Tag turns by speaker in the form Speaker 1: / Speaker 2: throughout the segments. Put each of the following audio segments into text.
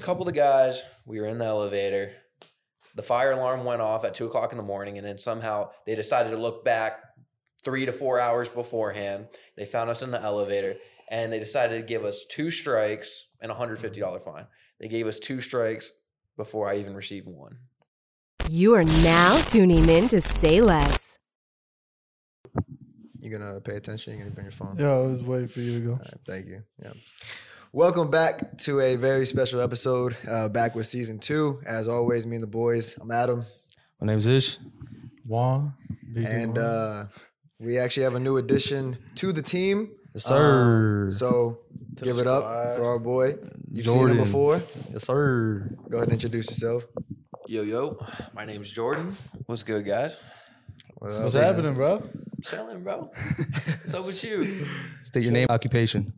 Speaker 1: couple of the guys. We were in the elevator. The fire alarm went off at two o'clock in the morning, and then somehow they decided to look back three to four hours beforehand. They found us in the elevator, and they decided to give us two strikes and a hundred fifty dollar fine. They gave us two strikes before I even received one.
Speaker 2: You are now tuning in to Say Less.
Speaker 3: You gonna pay attention? You gonna be on your phone?
Speaker 4: Yeah, I was waiting for you to go.
Speaker 3: All right, thank you. Yeah. Welcome back to a very special episode. Uh, back with season two, as always. Me and the boys. I'm Adam,
Speaker 5: My name's Ish.
Speaker 4: Juan. big
Speaker 3: and
Speaker 4: Juan.
Speaker 3: uh, we actually have a new addition to the team.
Speaker 5: Yes, sir.
Speaker 3: So
Speaker 4: To the
Speaker 3: give it up
Speaker 4: squad.
Speaker 3: for our boy. You've
Speaker 5: Jordan.
Speaker 3: seen him before.
Speaker 5: yes, sir.
Speaker 3: Go ahead and introduce yourself.
Speaker 1: Yo yo, my name's Jordan. What's good, guys?
Speaker 4: What's happening, bro?
Speaker 1: Chilling, bro. What's up with you?
Speaker 5: State your name, occupation.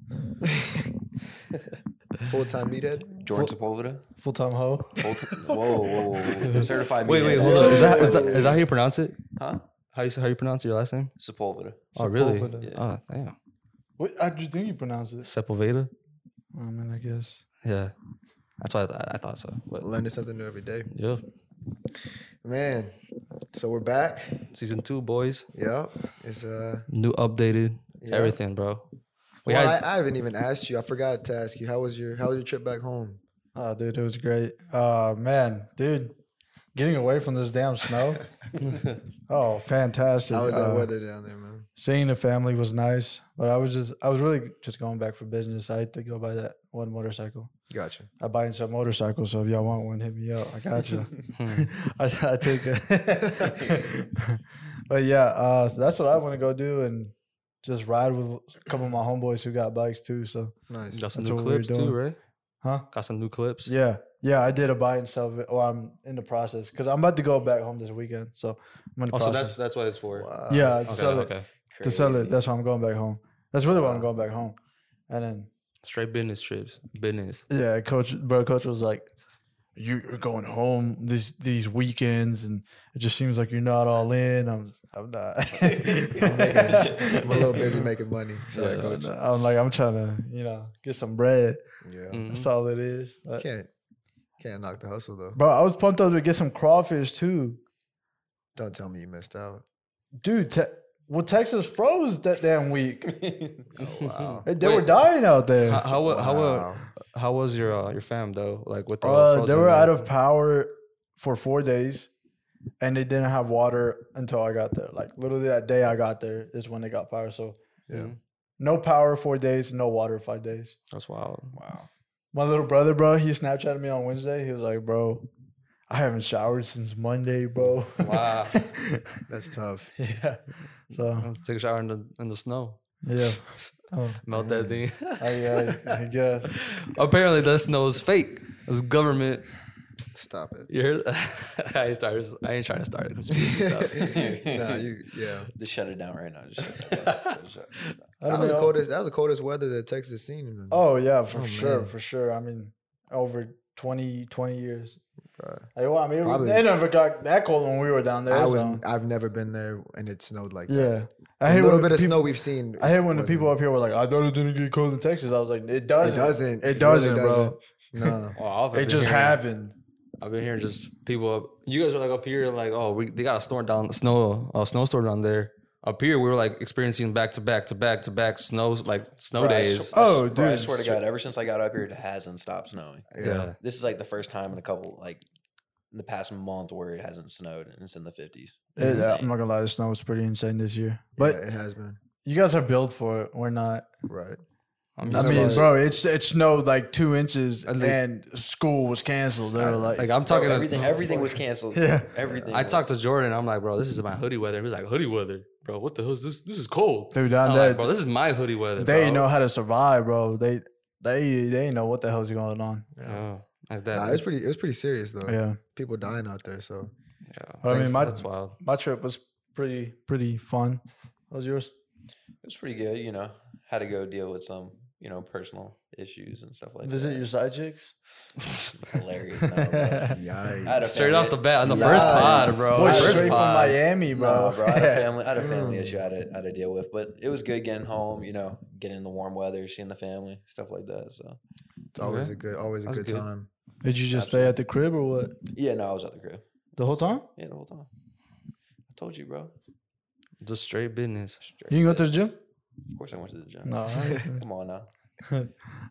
Speaker 3: Full time meathead.
Speaker 1: Jordan Sepulveda.
Speaker 4: Full time hoe.
Speaker 1: Full t- whoa, whoa, whoa, whoa. certified.
Speaker 5: Wait, wait,
Speaker 1: meathead.
Speaker 5: hold up. Is that, is that is that how you pronounce it?
Speaker 1: Huh?
Speaker 5: How you how you pronounce your last name?
Speaker 1: Sepulveda.
Speaker 5: Oh, really?
Speaker 4: Sepulveda.
Speaker 5: Oh, damn.
Speaker 4: What how do you think you pronounce it?
Speaker 5: Sepulveda.
Speaker 4: I mean, I guess.
Speaker 5: Yeah, that's why I, I thought so. But
Speaker 3: Learning something new every day,
Speaker 5: yeah,
Speaker 3: man. So we're back.
Speaker 5: season two, boys.
Speaker 3: Yep. It's uh.
Speaker 5: New updated
Speaker 3: Yeah.
Speaker 5: everything, bro. We
Speaker 3: well,
Speaker 5: had
Speaker 3: I, I haven't even asked you. I forgot to ask you. How was your How was your trip back home?
Speaker 4: Oh, dude, it was great. Uh, man, dude, getting away from this damn snow. oh, fantastic.
Speaker 3: How was
Speaker 4: Uh,
Speaker 3: that weather down there, man?
Speaker 4: Seeing the family was nice, but I was just, I was really just going back for business. I had to go buy that one motorcycle.
Speaker 3: Gotcha.
Speaker 4: I buy and sell motorcycles, so if y'all want one, hit me up. I got you.
Speaker 5: Hmm.
Speaker 4: I, I take that. but yeah, uh, so that's what I want to go do and just ride with a couple of my homeboys who got bikes too. So,
Speaker 3: Nice.
Speaker 5: got some
Speaker 4: That's
Speaker 5: new
Speaker 4: what we were
Speaker 5: clips
Speaker 4: doing.
Speaker 5: too, right?
Speaker 4: huh?
Speaker 5: Got some new clips.
Speaker 4: Yeah, yeah, I did a buy and sell, vi- or I'm in the process because I'm about to go back home this weekend. So I'm in the
Speaker 5: Oh, so
Speaker 4: process.
Speaker 5: that's that's what it's for.
Speaker 3: Wow.
Speaker 4: yeah, to
Speaker 5: Okay,
Speaker 4: sell it.
Speaker 5: okay.
Speaker 4: To sell it.
Speaker 1: Crazy.
Speaker 4: That's why I'm going back home. That's really why I'm
Speaker 3: Wow.
Speaker 4: going back home. And then
Speaker 5: Straight business trips. Business.
Speaker 4: Yeah, coach, bro, coach was like, "You're going home these these weekends, and it just seems like you're not all in." I'm, I'm not.
Speaker 3: I'm, making- I'm a little busy making money. Sorry,
Speaker 5: Yes.
Speaker 3: coach. Mm-hmm.
Speaker 4: I'm like, I'm trying to, you know, get some bread.
Speaker 3: Yeah.
Speaker 5: Mhm.
Speaker 4: That's all it is. Mm, But-
Speaker 3: Can't can't knock the hustle though.
Speaker 4: bro, I was pumped up to get some crawfish too,
Speaker 3: Don't tell me you missed out.
Speaker 4: dude. Te- well, Texas froze that damn week.
Speaker 3: wow.
Speaker 4: They, they
Speaker 5: Wait.
Speaker 4: were dying out there.
Speaker 5: How how wa- how, uh, wa-
Speaker 3: Oh, Wow.
Speaker 5: how was your uh, your fam though? Like with the
Speaker 4: Uh, they
Speaker 5: frozen
Speaker 4: were
Speaker 5: and
Speaker 4: out of power for four days, and they didn't have water until I got there. Like literally that day I got there is when they got power. So
Speaker 3: Yeah.
Speaker 4: Mm. no power four days, no water five days.
Speaker 5: That's wild.
Speaker 1: Wow.
Speaker 4: My little brother, bro, he Snapchatted me on Wednesday. He was like, "Bro, I haven't showered since Monday, bro."
Speaker 5: Wow.
Speaker 3: That's tough.
Speaker 4: yeah. So
Speaker 5: I'll take a shower in the in the snow.
Speaker 4: yeah. Oh,
Speaker 5: Melt that thing.
Speaker 4: I, I, I guess.
Speaker 5: Apparently that snow is fake. It's government.
Speaker 3: Stop it.
Speaker 5: You heard? I ain't started. I ain't trying to start a conspiracy stuff.
Speaker 3: Nah, you yeah.
Speaker 1: Just shut it down right now. Just shut it down. Just shut it down.
Speaker 4: I
Speaker 3: That
Speaker 4: don't
Speaker 3: was the
Speaker 4: know.
Speaker 3: coldest that was the coldest weather that Texas has seen in a-
Speaker 4: Oh yeah, for
Speaker 3: Oh,
Speaker 4: sure,
Speaker 3: man.
Speaker 4: for sure. I mean, over 20, 20 years.
Speaker 3: Bruh.
Speaker 4: Like, well, I mean, it was-
Speaker 3: Probably.
Speaker 4: it never got that cold when we were down there.
Speaker 3: I was
Speaker 4: so-
Speaker 3: I've never been there and it snowed like that.
Speaker 4: yeah. I
Speaker 3: A
Speaker 4: hate
Speaker 3: little
Speaker 4: when
Speaker 3: bit of
Speaker 4: people,
Speaker 3: snow we've seen.
Speaker 4: I hate when the
Speaker 3: wasn't-
Speaker 4: people up here were like, "I thought it didn't get cold in Texas." I was like, "It
Speaker 3: it
Speaker 4: doesn't.
Speaker 3: doesn't.
Speaker 4: It doesn't,
Speaker 3: really
Speaker 4: bro.
Speaker 3: No.
Speaker 5: Wow,
Speaker 4: It just happened."
Speaker 5: I've been hearing just people up. You guys were like up here, like oh, we they got a storm down snow, a snowstorm down there. Up here, we were like experiencing back to back to back to back snows, like snow
Speaker 1: Bro, I
Speaker 5: days.
Speaker 1: sw- I
Speaker 4: Oh,
Speaker 1: s- bro, I
Speaker 4: dude.
Speaker 1: swear to God, ever since I got up here, it hasn't stopped snowing.
Speaker 3: Yeah.
Speaker 1: This is like the first time in a couple, like, in the past month where it hasn't snowed and it's in the 50s.
Speaker 4: It-
Speaker 1: Insane.
Speaker 4: I'm not gonna lie, the snow was pretty insane this year. But
Speaker 3: Yeah, it has been.
Speaker 4: you guys are built for it. We're not.
Speaker 3: Right.
Speaker 5: I'm
Speaker 4: I
Speaker 5: just-
Speaker 4: mean,
Speaker 3: about-
Speaker 4: bro, it's it snowed like two inches,
Speaker 5: I think-
Speaker 4: and school was canceled. They were like,
Speaker 5: like I'm talking.
Speaker 1: Bro,
Speaker 5: to-
Speaker 1: everything, everything was canceled.
Speaker 4: Yeah.
Speaker 1: Everything.
Speaker 5: I
Speaker 1: was-
Speaker 5: talked to Jordan. I'm like, bro, this is my hoodie weather. He was like, hoodie weather, bro. What the hell is this? This is cold.
Speaker 4: Dude, down
Speaker 5: I'm
Speaker 4: there,
Speaker 5: like, bro, this is my hoodie weather.
Speaker 4: they
Speaker 5: bro.
Speaker 4: know how to survive, bro. They they they know what the hell's going on.
Speaker 5: Oh, like that.
Speaker 3: Nah, it was pretty it was pretty serious though.
Speaker 4: Yeah,
Speaker 3: People dying out there, so
Speaker 5: yeah.
Speaker 4: But I mean, my-
Speaker 5: that's wild.
Speaker 4: my trip was pretty pretty fun. What was yours?
Speaker 1: It was pretty good, you know. Had to go deal with some, you know, personal issues and stuff like
Speaker 4: Visit
Speaker 1: that.
Speaker 4: your side chicks.
Speaker 1: Hilarious. now, bro.
Speaker 3: yikes.
Speaker 1: I had a
Speaker 5: Straight off the
Speaker 1: family-
Speaker 5: bat, on the first
Speaker 1: Yeah.
Speaker 5: pod, bro.
Speaker 4: Boy,
Speaker 5: first
Speaker 4: straight from
Speaker 5: pod.
Speaker 4: Miami, bro.
Speaker 1: No, bro. I had a family. I had a family
Speaker 3: Mm.
Speaker 1: issue. I had to, I had to deal with, but it was good getting home. You know, getting in the warm weather, seeing the family, stuff like that. So
Speaker 3: It's always
Speaker 5: Okay.
Speaker 3: a good, always a
Speaker 5: That's
Speaker 3: good,
Speaker 5: good.
Speaker 3: time.
Speaker 4: Did you just stay at the crib or what?
Speaker 1: Yeah, no, I was at the crib.
Speaker 4: The whole time?
Speaker 1: Yeah, the whole time. I told you, bro.
Speaker 5: Just straight business.
Speaker 4: You can go to the gym?
Speaker 1: Of course, I went to the gym.
Speaker 4: No. All right.
Speaker 1: Come on now.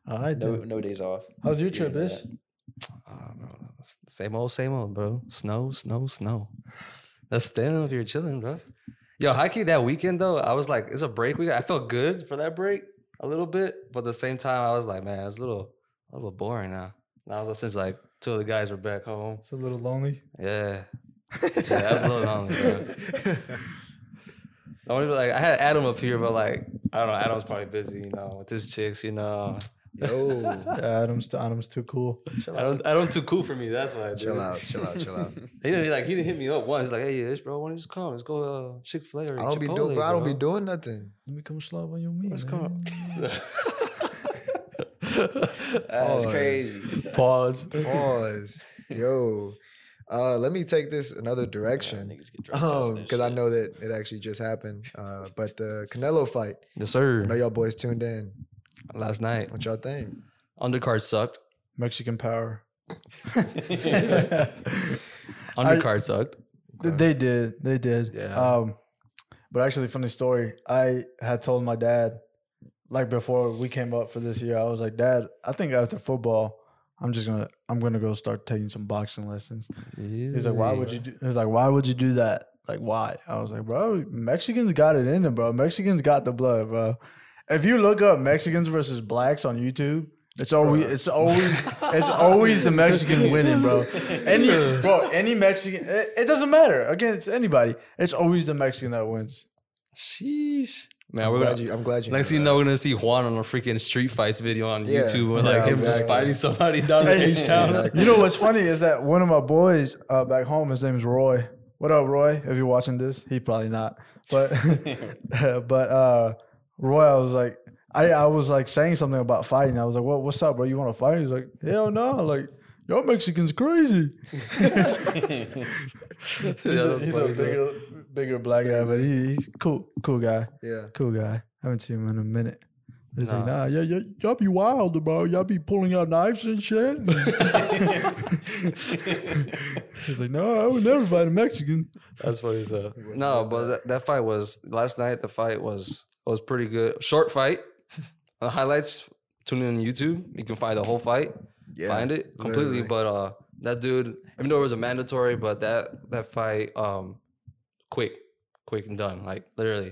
Speaker 4: All right,
Speaker 1: No,
Speaker 4: dude.
Speaker 1: no days off.
Speaker 4: How's your
Speaker 1: You
Speaker 4: trip,
Speaker 1: know
Speaker 4: Ish?
Speaker 1: that.
Speaker 5: Ah, bro, s- same old, same old, bro. Snow, snow, snow. That's standing up here chilling, bro. Yo, hiking that weekend though, I was like, it's a break week. I felt good for that break a little bit, but at the same time, I was like, man, it's a little, a little boring now. Now since like two of the guys were back home,
Speaker 4: It's a little lonely.
Speaker 5: yeah, yeah, that's a little lonely, bro. I wanted to, like I had Adam up here, but like I don't know, Adam's probably busy, you know, with his chicks, you know.
Speaker 3: Yo,
Speaker 4: Adam's Adam's too cool.
Speaker 3: chill out,
Speaker 5: Adam, Adam too cool for me. That's why. dude.
Speaker 3: chill out, chill out, chill out.
Speaker 5: He didn't like he didn't hit me up once. Like, hey, this bro, why don't you just come? Let's go uh, Chick Fil A or
Speaker 3: I don't be
Speaker 5: Chipotle,
Speaker 3: doing, bro, I don't be
Speaker 5: bro."
Speaker 3: doing nothing.
Speaker 4: Let me come slob on your meat.
Speaker 5: Let's come.
Speaker 4: man.
Speaker 1: That's
Speaker 3: Pause.
Speaker 1: crazy.
Speaker 5: Pause.
Speaker 3: Pause. Yo, uh, let me take this another direction.
Speaker 1: Niggas get drunk testing
Speaker 3: Um,
Speaker 1: and
Speaker 3: because I
Speaker 1: shit.
Speaker 3: know that it actually just happened. Uh, but the Canelo fight,
Speaker 5: Yes,
Speaker 3: I know
Speaker 5: sir.
Speaker 3: y'all boys tuned in.
Speaker 5: Last night,
Speaker 3: What y'all think?
Speaker 5: undercard sucked.
Speaker 4: Mexican power.
Speaker 5: Undercard sucked.
Speaker 4: Th- They did. They did.
Speaker 5: Yeah.
Speaker 4: Um, but actually, funny story. I had told my dad, like before we came up for this year, I was like, Dad, I think after football, I'm just gonna I'm gonna go start taking some boxing lessons. He's like, Why would you do? He's like, Why would you do that? Like, why? I was like, Bro, Mexicans got it in them, bro. Mexicans got the blood, bro. If you look up Mexicans versus blacks on YouTube. It's always it's always it's always the Mexican winning, bro. Any bro, any Mexican, it, it doesn't matter against anybody. It's always the Mexican that wins.
Speaker 5: Sheesh. Man,
Speaker 3: I'm
Speaker 5: we're
Speaker 3: glad
Speaker 5: gonna.
Speaker 3: you. I'm glad you.
Speaker 5: Next
Speaker 3: know
Speaker 5: thing you know, we're gonna see Juan on a freaking street fights video on
Speaker 3: Yeah.
Speaker 5: YouTube, or
Speaker 3: Yeah,
Speaker 5: like him just
Speaker 3: exactly.
Speaker 5: fighting somebody down in H Town.
Speaker 4: You know what's funny is that one of my boys uh, back home, his name is Roy. What up, Roy? If you're watching this, he probably not. But but uh, Roy, I was like, I, I was like saying something about fighting. I was like, well, what's up, bro? You want to fight? He's like, hell no, like. Y'all Mexicans crazy.
Speaker 5: Yeah, that's
Speaker 4: he's a
Speaker 5: funny, bro.
Speaker 4: bigger, bigger black guy, but he, he's cool, cool guy.
Speaker 3: Yeah.
Speaker 4: cool guy. haven't seen him in a minute. He's like, nah,
Speaker 5: Nah.
Speaker 4: yeah, yeah, y'all be wild, bro. Y'all be pulling out knives and shit. He's like, no, I would never fight a Mexican.
Speaker 5: That's funny as hell. No, but that, that fight was last night. The fight was was pretty good. Short fight. The highlights. Tune in on YouTube. You can find the whole fight.
Speaker 3: Yeah,
Speaker 5: find it completely.
Speaker 3: literally.
Speaker 5: But uh, that dude. Even though it was a mandatory, but that that fight, um, quick, quick and done. Like literally,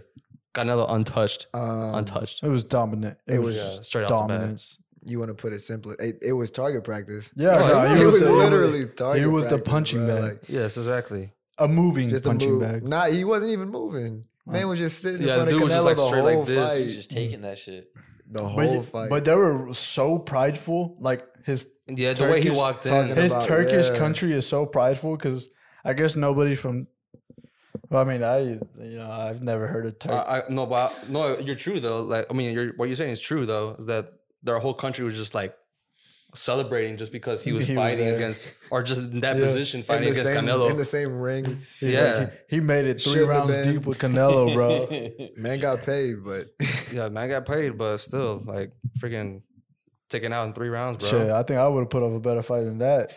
Speaker 5: Canelo untouched,
Speaker 3: Um,
Speaker 5: untouched.
Speaker 4: It was dominant. It,
Speaker 3: It
Speaker 4: was
Speaker 3: was,
Speaker 5: yeah, straight off the bat.
Speaker 4: dominance.
Speaker 3: you want to put it simply. It, it was target practice.
Speaker 4: Yeah, no,
Speaker 3: it
Speaker 4: he was,
Speaker 3: was
Speaker 4: the,
Speaker 3: literally target.
Speaker 4: was the
Speaker 3: practice,
Speaker 4: punching
Speaker 3: bro,
Speaker 4: bag.
Speaker 5: Yes, exactly.
Speaker 4: a moving
Speaker 3: just a
Speaker 4: punching
Speaker 3: move.
Speaker 4: bag.
Speaker 3: Nah, he wasn't even moving. Man was just sitting
Speaker 5: Yeah,
Speaker 3: in front
Speaker 5: dude
Speaker 3: of
Speaker 5: was just,
Speaker 3: Canelo
Speaker 5: like,
Speaker 3: the
Speaker 5: straight
Speaker 3: whole
Speaker 5: like this.
Speaker 3: fight.
Speaker 5: He's
Speaker 1: just taking that shit.
Speaker 3: the
Speaker 4: But,
Speaker 3: whole fight.
Speaker 4: but they were so prideful. Like his
Speaker 5: Yeah, the way he
Speaker 4: Turkish
Speaker 5: walked
Speaker 3: talking
Speaker 5: in.
Speaker 4: his
Speaker 3: about-
Speaker 4: Turkish
Speaker 3: yeah.
Speaker 4: country is so prideful because I guess nobody from. Well, I mean, I you know I've never heard a Turk.
Speaker 3: Uh,
Speaker 5: I, I no, but no, you're true though. Like I mean, you're, what you're saying is true though. Is that their whole country was just like celebrating just because he was
Speaker 4: He was
Speaker 5: fighting
Speaker 4: there.
Speaker 5: against or just in that
Speaker 4: Yeah.
Speaker 5: position
Speaker 3: in
Speaker 5: fighting
Speaker 3: the,
Speaker 5: against
Speaker 3: same,
Speaker 5: Canelo.
Speaker 3: in the same ring.
Speaker 4: He's
Speaker 5: Yeah.
Speaker 4: like, he, he made it three
Speaker 3: Should've
Speaker 4: rounds
Speaker 3: been.
Speaker 4: deep with Canelo, bro.
Speaker 3: Man got paid, but
Speaker 5: yeah, man got paid, but still like freaking taken out in three rounds, bro.
Speaker 4: Shit, I think I would have put up a better fight than that.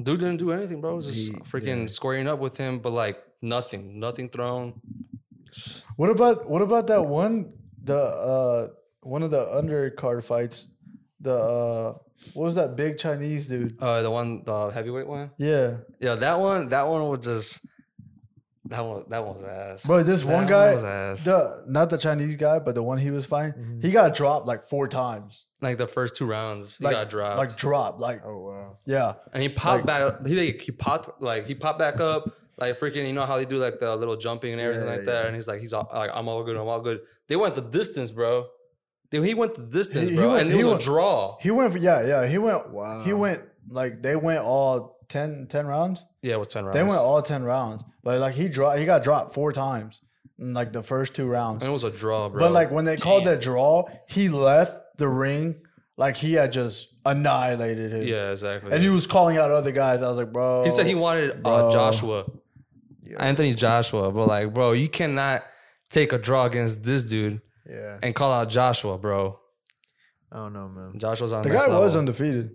Speaker 5: Dude didn't do anything, bro. It was just
Speaker 3: He-
Speaker 5: freaking
Speaker 3: yeah.
Speaker 5: squaring up with him, but like nothing, nothing thrown.
Speaker 4: What about what about that one the uh one of the undercard fights? The uh what was that big Chinese dude?
Speaker 5: Uh, the one, the heavyweight one.
Speaker 4: Yeah,
Speaker 5: Yeah, that one, that one was just that one, that one was ass.
Speaker 4: bro. This
Speaker 5: That
Speaker 4: one guy,
Speaker 5: was ass. Mm-hmm.
Speaker 4: the not the Chinese guy, but the one he was fighting, he got dropped like four times.
Speaker 5: like the first two rounds, he
Speaker 4: like,
Speaker 5: got dropped.
Speaker 4: Like dropped. Like
Speaker 3: oh wow,
Speaker 4: yeah,
Speaker 5: And he popped back. He like, he popped like he popped back up. Like freaking, you know how they do like the little jumping and everything
Speaker 3: Yeah,
Speaker 5: like that. And he's like, he's all, like, I'm all good. I'm all good. They went the distance, bro. They, he went the distance,
Speaker 4: He- he
Speaker 5: bro.
Speaker 4: went-
Speaker 5: and
Speaker 4: he
Speaker 5: it was
Speaker 4: went-
Speaker 5: a draw.
Speaker 4: he went. For, yeah, yeah. He went.
Speaker 3: Wow.
Speaker 4: He went like they went all 10, 10 rounds.
Speaker 5: yeah, it was ten rounds.
Speaker 4: They went all ten rounds, but like he dropped, he got dropped four times in like the first two rounds.
Speaker 5: and it was a draw, bro.
Speaker 4: but like when they called that draw, he left the ring like he had just annihilated him.
Speaker 5: yeah, exactly.
Speaker 4: and he was calling out other guys. I was like, bro,
Speaker 5: He said he wanted uh,
Speaker 4: bro.
Speaker 5: Joshua, Anthony Joshua, but like, bro, you cannot take a draw against this dude
Speaker 3: yeah.
Speaker 5: and call out Joshua, bro.
Speaker 3: I don't know, man.
Speaker 5: Joshua's on
Speaker 4: the
Speaker 5: next
Speaker 4: guy was
Speaker 5: level.
Speaker 4: undefeated.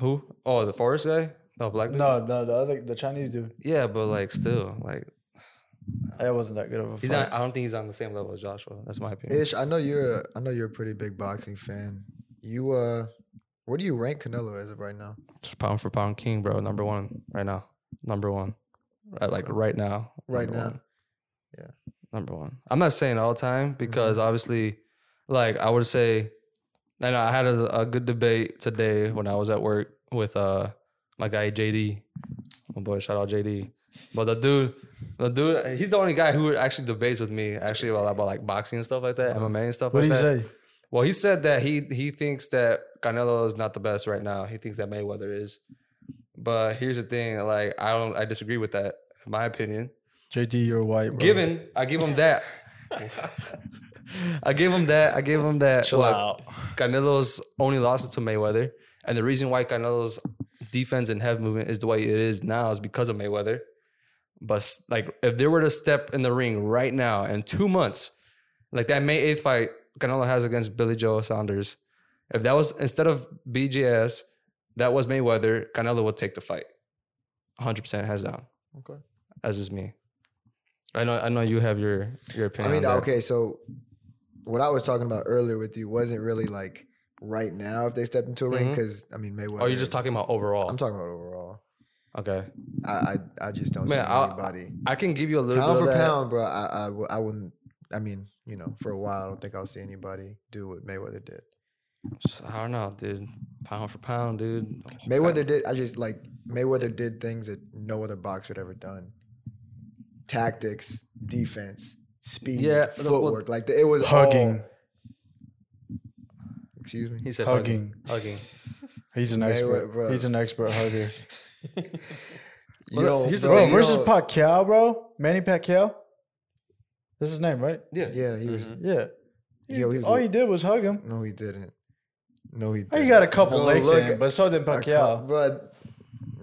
Speaker 5: Who? Oh, the forest guy? The black dude?
Speaker 4: No, no, the other the Chinese dude.
Speaker 5: Yeah, but like still, like
Speaker 4: That wasn't that good of a
Speaker 5: he's
Speaker 4: fight.
Speaker 5: not I don't think he's on the same level as Joshua. That's my opinion.
Speaker 3: Ish, I know you're. A, I know you're a pretty big boxing fan. You uh, where do you rank Canelo as of right now?
Speaker 5: Just pound for pound king, bro. Number one right now. Number one. Right, like right now.
Speaker 3: Right
Speaker 5: number
Speaker 3: now.
Speaker 5: one.
Speaker 3: Yeah. Mm-hmm.
Speaker 5: Number one. I'm not saying all time because obviously, like I would say, and I had a, a good debate today when I was at work with uh my guy JD. My boy, shout out JD. But the dude, the dude, he's the only guy who actually debates with me actually about, about like boxing and stuff like that, MMA and stuff
Speaker 4: What
Speaker 5: like
Speaker 4: did you
Speaker 5: that.
Speaker 4: say?
Speaker 5: Well, he said that he he thinks that Canelo is not the best right now. He thinks that Mayweather is. But here's the thing, like I don't I disagree with that, in my opinion.
Speaker 4: JD, you're white. Bro.
Speaker 5: Given I give him that. I give him that. I give him that.
Speaker 4: Chill
Speaker 5: Look,
Speaker 4: out.
Speaker 5: Canelo's only losses to Mayweather. And the reason why Canelo's defense and head movement is the way it is now is because of Mayweather. But s- like if they were to step in the ring right now in two months, like that May 8th fight Canelo has against Billy Joe Saunders, if that was instead of BJS, that was Mayweather, Canelo would take the fight. 100% hands down.
Speaker 3: Okay.
Speaker 5: As is me. I know I know you have your your
Speaker 3: I
Speaker 5: opinion.
Speaker 3: mean,
Speaker 5: on that.
Speaker 3: okay, so what I was talking about earlier with you wasn't really like right now if they stepped into a ring
Speaker 5: Mhm.
Speaker 3: because I mean Mayweather.
Speaker 5: Oh, you're just talking about overall.
Speaker 3: I'm talking about overall.
Speaker 5: okay.
Speaker 3: I I, I just don't
Speaker 5: Man,
Speaker 3: see
Speaker 5: I'll-
Speaker 3: anybody
Speaker 5: I can give you a little
Speaker 3: pound
Speaker 5: bit
Speaker 3: for
Speaker 5: of that.
Speaker 3: pound, bro. I I, will- I wouldn't. I mean, you know, for a while, I don't think I'll see anybody do what Mayweather did.
Speaker 5: Just- I don't know, dude. Pound for pound, dude.
Speaker 3: Mayweather did. I just like Mayweather did things that no other boxer had ever done. Tactics, defense, speed,
Speaker 5: Yeah, the- well-
Speaker 3: footwork. like it was
Speaker 4: Hugging.
Speaker 3: All, excuse me.
Speaker 5: He said
Speaker 4: Hugging.
Speaker 5: Hugging.
Speaker 4: He's an
Speaker 3: Mayweather,
Speaker 4: expert.
Speaker 3: bro.
Speaker 4: He's an expert hugger.
Speaker 3: You
Speaker 5: Well,
Speaker 3: don't-
Speaker 5: here's the
Speaker 4: bro,
Speaker 5: thing, you
Speaker 4: versus
Speaker 3: don't-
Speaker 4: Pacquiao, bro. Manny Pacquiao. That's his name, right?
Speaker 5: Yeah.
Speaker 3: Yeah, he was.
Speaker 4: Yeah.
Speaker 5: Mm-hmm.
Speaker 3: Yeah, he was
Speaker 4: All you did was hug him.
Speaker 3: No, he didn't. No, he.
Speaker 4: Oh,
Speaker 3: didn't.
Speaker 4: He got a couple
Speaker 3: Go
Speaker 4: licks
Speaker 3: look
Speaker 4: in,
Speaker 3: at-
Speaker 4: but so did
Speaker 3: a cou-
Speaker 4: Pacquiao.
Speaker 3: But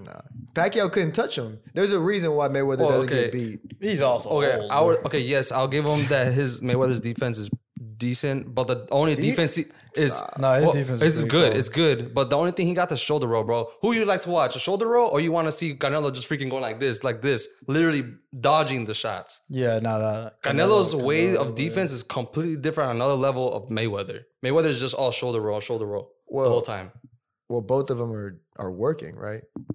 Speaker 3: nah, Pacquiao couldn't touch him. There's a reason why Mayweather
Speaker 5: Well,
Speaker 3: doesn't
Speaker 5: okay.
Speaker 3: get beat.
Speaker 4: He's also
Speaker 5: Okay.
Speaker 3: Oh,
Speaker 5: I would, okay. Yes, I'll give him that. His Mayweather's defense is decent, but the only defense he, is
Speaker 4: No, his defense is
Speaker 5: This is
Speaker 4: pretty
Speaker 5: good.
Speaker 4: cold.
Speaker 5: It's good, but the only thing he got the shoulder roll, bro. Who you like to watch? A shoulder roll, or you want to see Canelo just freaking going like this, like this, literally dodging the shots.
Speaker 4: yeah, no, no. no.
Speaker 5: Canelo's way of defense is completely different on another level of Mayweather. Mayweather is just all shoulder roll, shoulder roll the
Speaker 3: Well-
Speaker 5: whole time. What
Speaker 3: Well, both of them are are working, right?
Speaker 5: do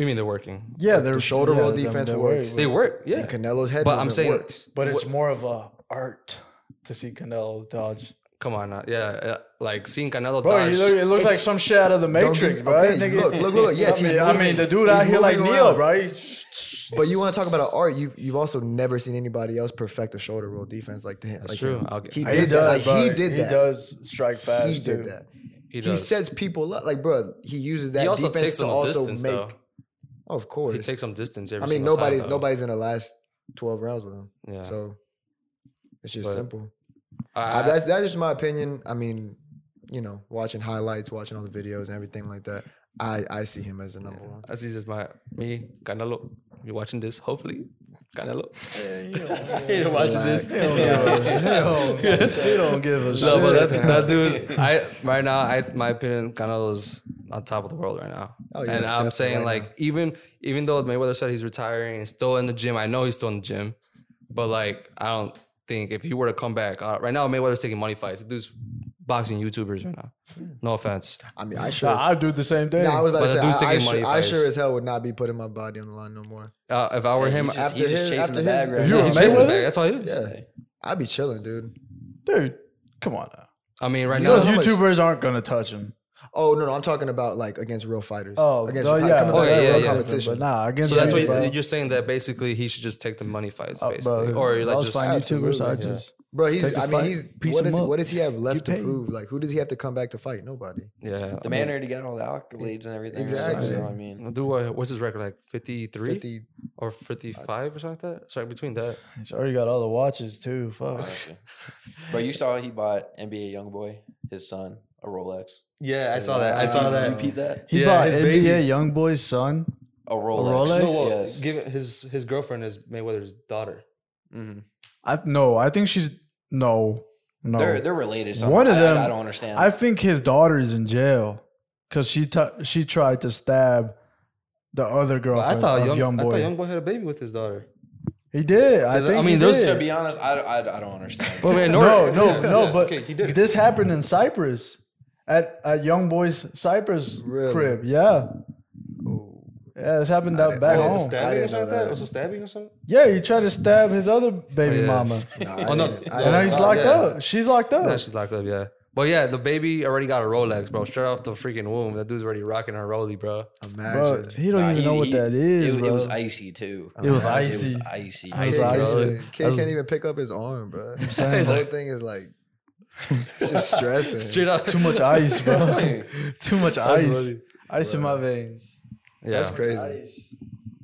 Speaker 5: you mean they're working?
Speaker 4: Yeah, their
Speaker 3: shoulder
Speaker 4: yeah,
Speaker 3: roll
Speaker 4: them-
Speaker 3: defense
Speaker 4: their way
Speaker 3: works.
Speaker 5: They work. Yeah.
Speaker 3: And Canelo's head
Speaker 5: But I'm
Speaker 3: movement
Speaker 5: saying-
Speaker 3: works.
Speaker 4: But it's more of a art to see Canelo dodge.
Speaker 5: Come on, now. yeah, uh, like seeing Canelo
Speaker 4: Bro,
Speaker 5: dodge.
Speaker 4: he look, it looks like some shit out of the
Speaker 3: Don't
Speaker 4: Matrix,
Speaker 3: get-
Speaker 4: bro.
Speaker 3: okay,
Speaker 4: Nigga-
Speaker 3: look, look, look, yes,
Speaker 4: I mean,
Speaker 3: he's
Speaker 4: I mean,
Speaker 3: moving-
Speaker 4: the dude
Speaker 3: he's
Speaker 4: out here like
Speaker 3: moving
Speaker 4: Neo,
Speaker 3: around.
Speaker 4: bro. He's-
Speaker 3: But you want to talk about an art? You've you've also never seen anybody else perfect a shoulder roll defense like that. like
Speaker 5: true.
Speaker 3: him.
Speaker 5: I'll get-
Speaker 3: He
Speaker 4: he
Speaker 3: did that.
Speaker 4: bro.
Speaker 3: Like, he did
Speaker 4: He
Speaker 3: that.
Speaker 4: does strike fast.
Speaker 3: He
Speaker 4: too.
Speaker 3: did that. He,
Speaker 5: he, does.
Speaker 3: sets people up. Like, bro, he uses that
Speaker 5: he also
Speaker 3: defense
Speaker 5: takes
Speaker 3: to
Speaker 5: some
Speaker 3: also
Speaker 5: distance
Speaker 3: make.
Speaker 5: though.
Speaker 3: Oh, of course,
Speaker 5: He takes some distance every.
Speaker 3: I mean,
Speaker 5: single time,
Speaker 3: nobody's
Speaker 5: though.
Speaker 3: nobody's in the last twelve rounds with him.
Speaker 5: Yeah.
Speaker 3: So it's just
Speaker 5: But-
Speaker 3: simple.
Speaker 5: I,
Speaker 3: I- that's that's just my opinion. I mean, you know, watching highlights, watching all the videos and everything like that. I I see him as the number one.
Speaker 5: I see this my me Canelo. You watching this? Hopefully, Canelo. you watching this?
Speaker 4: He don't give a
Speaker 5: No, but
Speaker 4: shit.
Speaker 5: that, that dude, I right now, I my opinion, Canelo's on top of the world right now.
Speaker 3: Oh, yeah,
Speaker 5: and I'm
Speaker 3: definitely
Speaker 5: saying
Speaker 3: right
Speaker 5: like even even though Mayweather said he's retiring and still in the gym, I know he's still in the gym, but like I don't think if he were to come back uh, right now, Mayweather's taking money fights. The dude's boxing YouTubers right now. No offense.
Speaker 3: I mean, I sure.
Speaker 4: Nah,
Speaker 3: as-
Speaker 4: I do the same thing.
Speaker 3: Nah, I was about
Speaker 5: But
Speaker 3: to
Speaker 5: the dude's
Speaker 3: say, I, I,
Speaker 5: taking money
Speaker 3: sure, I
Speaker 5: fights.
Speaker 3: sure as hell would not be putting my body on the line no more.
Speaker 5: Uh, if I were him,
Speaker 1: he's
Speaker 5: I-
Speaker 1: just, he's just
Speaker 3: his-
Speaker 1: chasing
Speaker 3: after
Speaker 1: the
Speaker 3: his-
Speaker 1: bag
Speaker 3: if
Speaker 1: right
Speaker 4: you
Speaker 1: now.
Speaker 4: were
Speaker 5: he's chasing
Speaker 4: Mayweather?
Speaker 5: the bag. That's all it is.
Speaker 3: Yeah, I'd be chilling, dude.
Speaker 4: dude, come on now.
Speaker 5: I mean, right
Speaker 4: Those
Speaker 5: now.
Speaker 3: how much-
Speaker 4: YouTubers aren't gonna touch him.
Speaker 3: Oh no, no, I'm talking about like against real fighters.
Speaker 4: Oh,
Speaker 3: against
Speaker 4: no,
Speaker 3: like,
Speaker 4: yeah.
Speaker 3: coming
Speaker 5: Oh,
Speaker 3: back
Speaker 5: yeah,
Speaker 3: to
Speaker 5: yeah,
Speaker 3: real
Speaker 5: yeah.
Speaker 3: competition.
Speaker 4: But nah, against
Speaker 5: So that's what
Speaker 4: him, bro.
Speaker 5: you- you're saying that basically he should just take the money fights,
Speaker 4: Uh, bro,
Speaker 5: basically, or
Speaker 4: if
Speaker 5: like
Speaker 4: I was
Speaker 5: just
Speaker 4: fighting YouTubers. I
Speaker 3: Absolutely.
Speaker 4: just
Speaker 3: Bro, he's.
Speaker 4: Take the
Speaker 3: I mean,
Speaker 4: fight,
Speaker 3: he's.
Speaker 4: piece
Speaker 3: What
Speaker 4: him
Speaker 3: is,
Speaker 4: up.
Speaker 3: what does he have left to
Speaker 4: pay.
Speaker 3: prove? Like, who does he have to come back to fight? Nobody.
Speaker 5: yeah.
Speaker 1: The man already got all the accolades and everything.
Speaker 3: Exactly.
Speaker 1: So, I mean,
Speaker 5: Do what? What's his record like? Fifty three.
Speaker 3: 50,
Speaker 5: or 55 or something like that. Sorry, between that.
Speaker 4: he's already got all the watches too. Fuck.
Speaker 1: honestly. But you saw he bought NBA YoungBoy, his son, a Rolex.
Speaker 5: Yeah, I saw
Speaker 3: that. I saw that.
Speaker 1: You peeped that?
Speaker 4: He
Speaker 5: Yeah,
Speaker 4: bought
Speaker 5: his
Speaker 4: NBA
Speaker 5: baby.
Speaker 4: YoungBoy's son.
Speaker 1: A Rolex.
Speaker 4: Rolex?
Speaker 1: Yes.
Speaker 5: Give it, his his girlfriend is Mayweather's daughter.
Speaker 1: hmm
Speaker 5: Mm-hmm.
Speaker 4: I no, I think she's no, no.
Speaker 1: They're they're related. Somehow.
Speaker 4: One of
Speaker 1: I- I-
Speaker 4: them-
Speaker 1: I, don't understand.
Speaker 4: I think his daughter is in jail. because she t- she tried to stab the other
Speaker 5: But
Speaker 4: girl.
Speaker 5: I thought young,
Speaker 4: young
Speaker 5: I thought
Speaker 4: boy.
Speaker 5: young boy had a baby with his daughter.
Speaker 4: he did. I
Speaker 5: Yeah,
Speaker 4: think.
Speaker 5: I mean,
Speaker 4: he
Speaker 5: those-
Speaker 4: did.
Speaker 1: To be honest, I, I, I don't understand.
Speaker 5: Well, man,
Speaker 4: no,
Speaker 5: Nora-
Speaker 4: no,
Speaker 5: yeah,
Speaker 4: no.
Speaker 5: yeah,
Speaker 4: But
Speaker 5: okay, he did. it.
Speaker 4: this happened in Cyprus at at young boy's Cyprus
Speaker 3: Really?
Speaker 4: crib. Yeah,
Speaker 3: Oh,
Speaker 4: yeah, this happened
Speaker 3: I
Speaker 4: out
Speaker 3: didn't-
Speaker 4: back
Speaker 3: I
Speaker 5: Oh,
Speaker 3: didn't
Speaker 4: home.
Speaker 5: the
Speaker 3: understand. I
Speaker 5: stabbing or
Speaker 3: didn't
Speaker 5: something
Speaker 3: know
Speaker 5: like that?
Speaker 3: that.
Speaker 5: Was it stabbing or something?
Speaker 4: Yeah, he tried to stab his other baby
Speaker 5: yeah.
Speaker 4: mama,
Speaker 3: nah,
Speaker 5: Oh,
Speaker 3: I
Speaker 5: no.
Speaker 3: didn't-
Speaker 5: Yeah.
Speaker 3: I
Speaker 4: and now
Speaker 3: didn't-
Speaker 4: he's
Speaker 5: Oh,
Speaker 4: locked
Speaker 5: yeah.
Speaker 4: up. She's locked up.
Speaker 5: Yeah, she's locked up, yeah. But yeah, the baby already got a Rolex, bro. Straight off the freaking womb. That dude's already rocking her Rolly, bro.
Speaker 4: bro,
Speaker 3: Imagine.
Speaker 4: he don't
Speaker 1: Nah,
Speaker 4: even
Speaker 1: he-
Speaker 4: know what
Speaker 1: he-
Speaker 4: that is,
Speaker 1: it,
Speaker 4: bro.
Speaker 1: it was icy too.
Speaker 4: It was
Speaker 1: It was
Speaker 4: icy.
Speaker 1: icy.
Speaker 5: Icy.
Speaker 4: It's
Speaker 3: Kid
Speaker 4: icy.
Speaker 5: bro.
Speaker 3: can't- Kid can't even pick up his arm, bro.
Speaker 4: saying,
Speaker 3: The whole thing is like it's just stressing.
Speaker 5: Straight up.
Speaker 4: Too much ice, bro. Too much ice.
Speaker 5: funny.
Speaker 4: Ice in my veins.
Speaker 5: Yeah.
Speaker 3: That's crazy.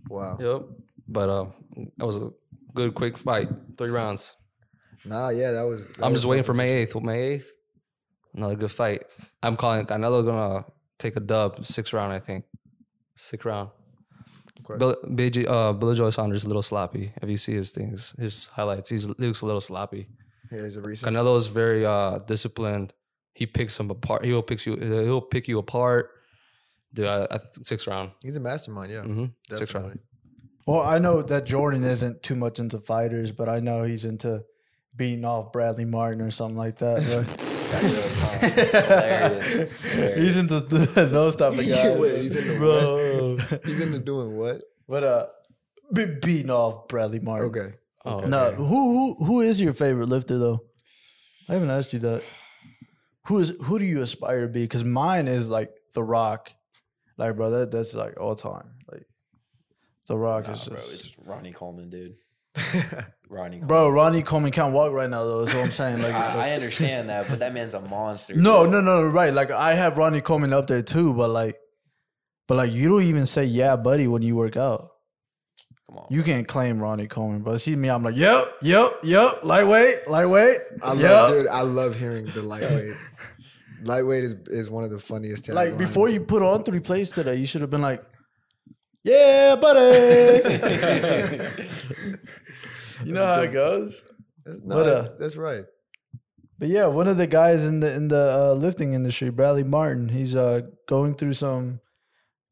Speaker 3: Wow.
Speaker 5: Yep. But uh, that was a good, quick fight. Three rounds.
Speaker 3: Nah, yeah, that was. that
Speaker 5: I'm
Speaker 3: was
Speaker 5: just waiting for May 8th. May 8th, another good fight. I'm calling Canelo going to take a dub, six round, I think. Six round.
Speaker 3: Okay.
Speaker 5: Bill, BJ, uh, Billy Joe Saunders is a little sloppy. If you see his things, his highlights, he's, he looks a little sloppy.
Speaker 3: something- Here's a recent.
Speaker 5: Canelo is very uh, disciplined. He picks him apart. He'll pick you. He'll pick you apart. Dude, I, I, think six round.
Speaker 3: He's a mastermind. Yeah,
Speaker 5: hmm Six round.
Speaker 3: definitely.
Speaker 4: Well, I know that Jordan isn't too much into fighters, but I know he's into beating off Bradley Martin or something like that. bro.
Speaker 1: Hilarious. Hilarious.
Speaker 4: he's into th- those type of guys.
Speaker 3: Yeah, wait, he's into
Speaker 4: bro.
Speaker 3: He's into doing what?
Speaker 4: but uh, be- beating off Bradley Martin.
Speaker 3: Okay.
Speaker 5: Oh,
Speaker 4: No, who who who is your favorite lifter though? I haven't asked you that. Who is who do you aspire to be? Because mine is like The Rock, like bro, that, that's like all time. Like The Rock
Speaker 1: Nah,
Speaker 4: is just
Speaker 1: bro,
Speaker 4: bro,
Speaker 1: it's Ronnie Coleman, dude. Ronnie Coleman.
Speaker 4: Ronnie Coleman can't walk right now though. So I'm saying like,
Speaker 1: I, I
Speaker 4: like-
Speaker 1: understand that, but that man's a monster.
Speaker 4: no,
Speaker 1: dude.
Speaker 4: no, no, no, right. Like I have Ronnie Coleman up there too, but like, but like you don't even say yeah, buddy, when you work out.
Speaker 1: Come on.
Speaker 4: You can't claim Ronnie Coleman, bro. See me, I'm like, yep, yep, yep, lightweight, lightweight.
Speaker 3: I
Speaker 4: yep.
Speaker 3: love, dude. I love hearing the lightweight. lightweight is, is one of the funniest.
Speaker 4: like
Speaker 3: taglines.
Speaker 4: before you put on three plays today, you should have been like, "Yeah, buddy." you know how it goes.
Speaker 3: No,
Speaker 4: but, uh,
Speaker 3: that- that's right.
Speaker 4: But yeah, one of the guys in the in the uh, lifting industry, Bradley Martin, he's uh, going through some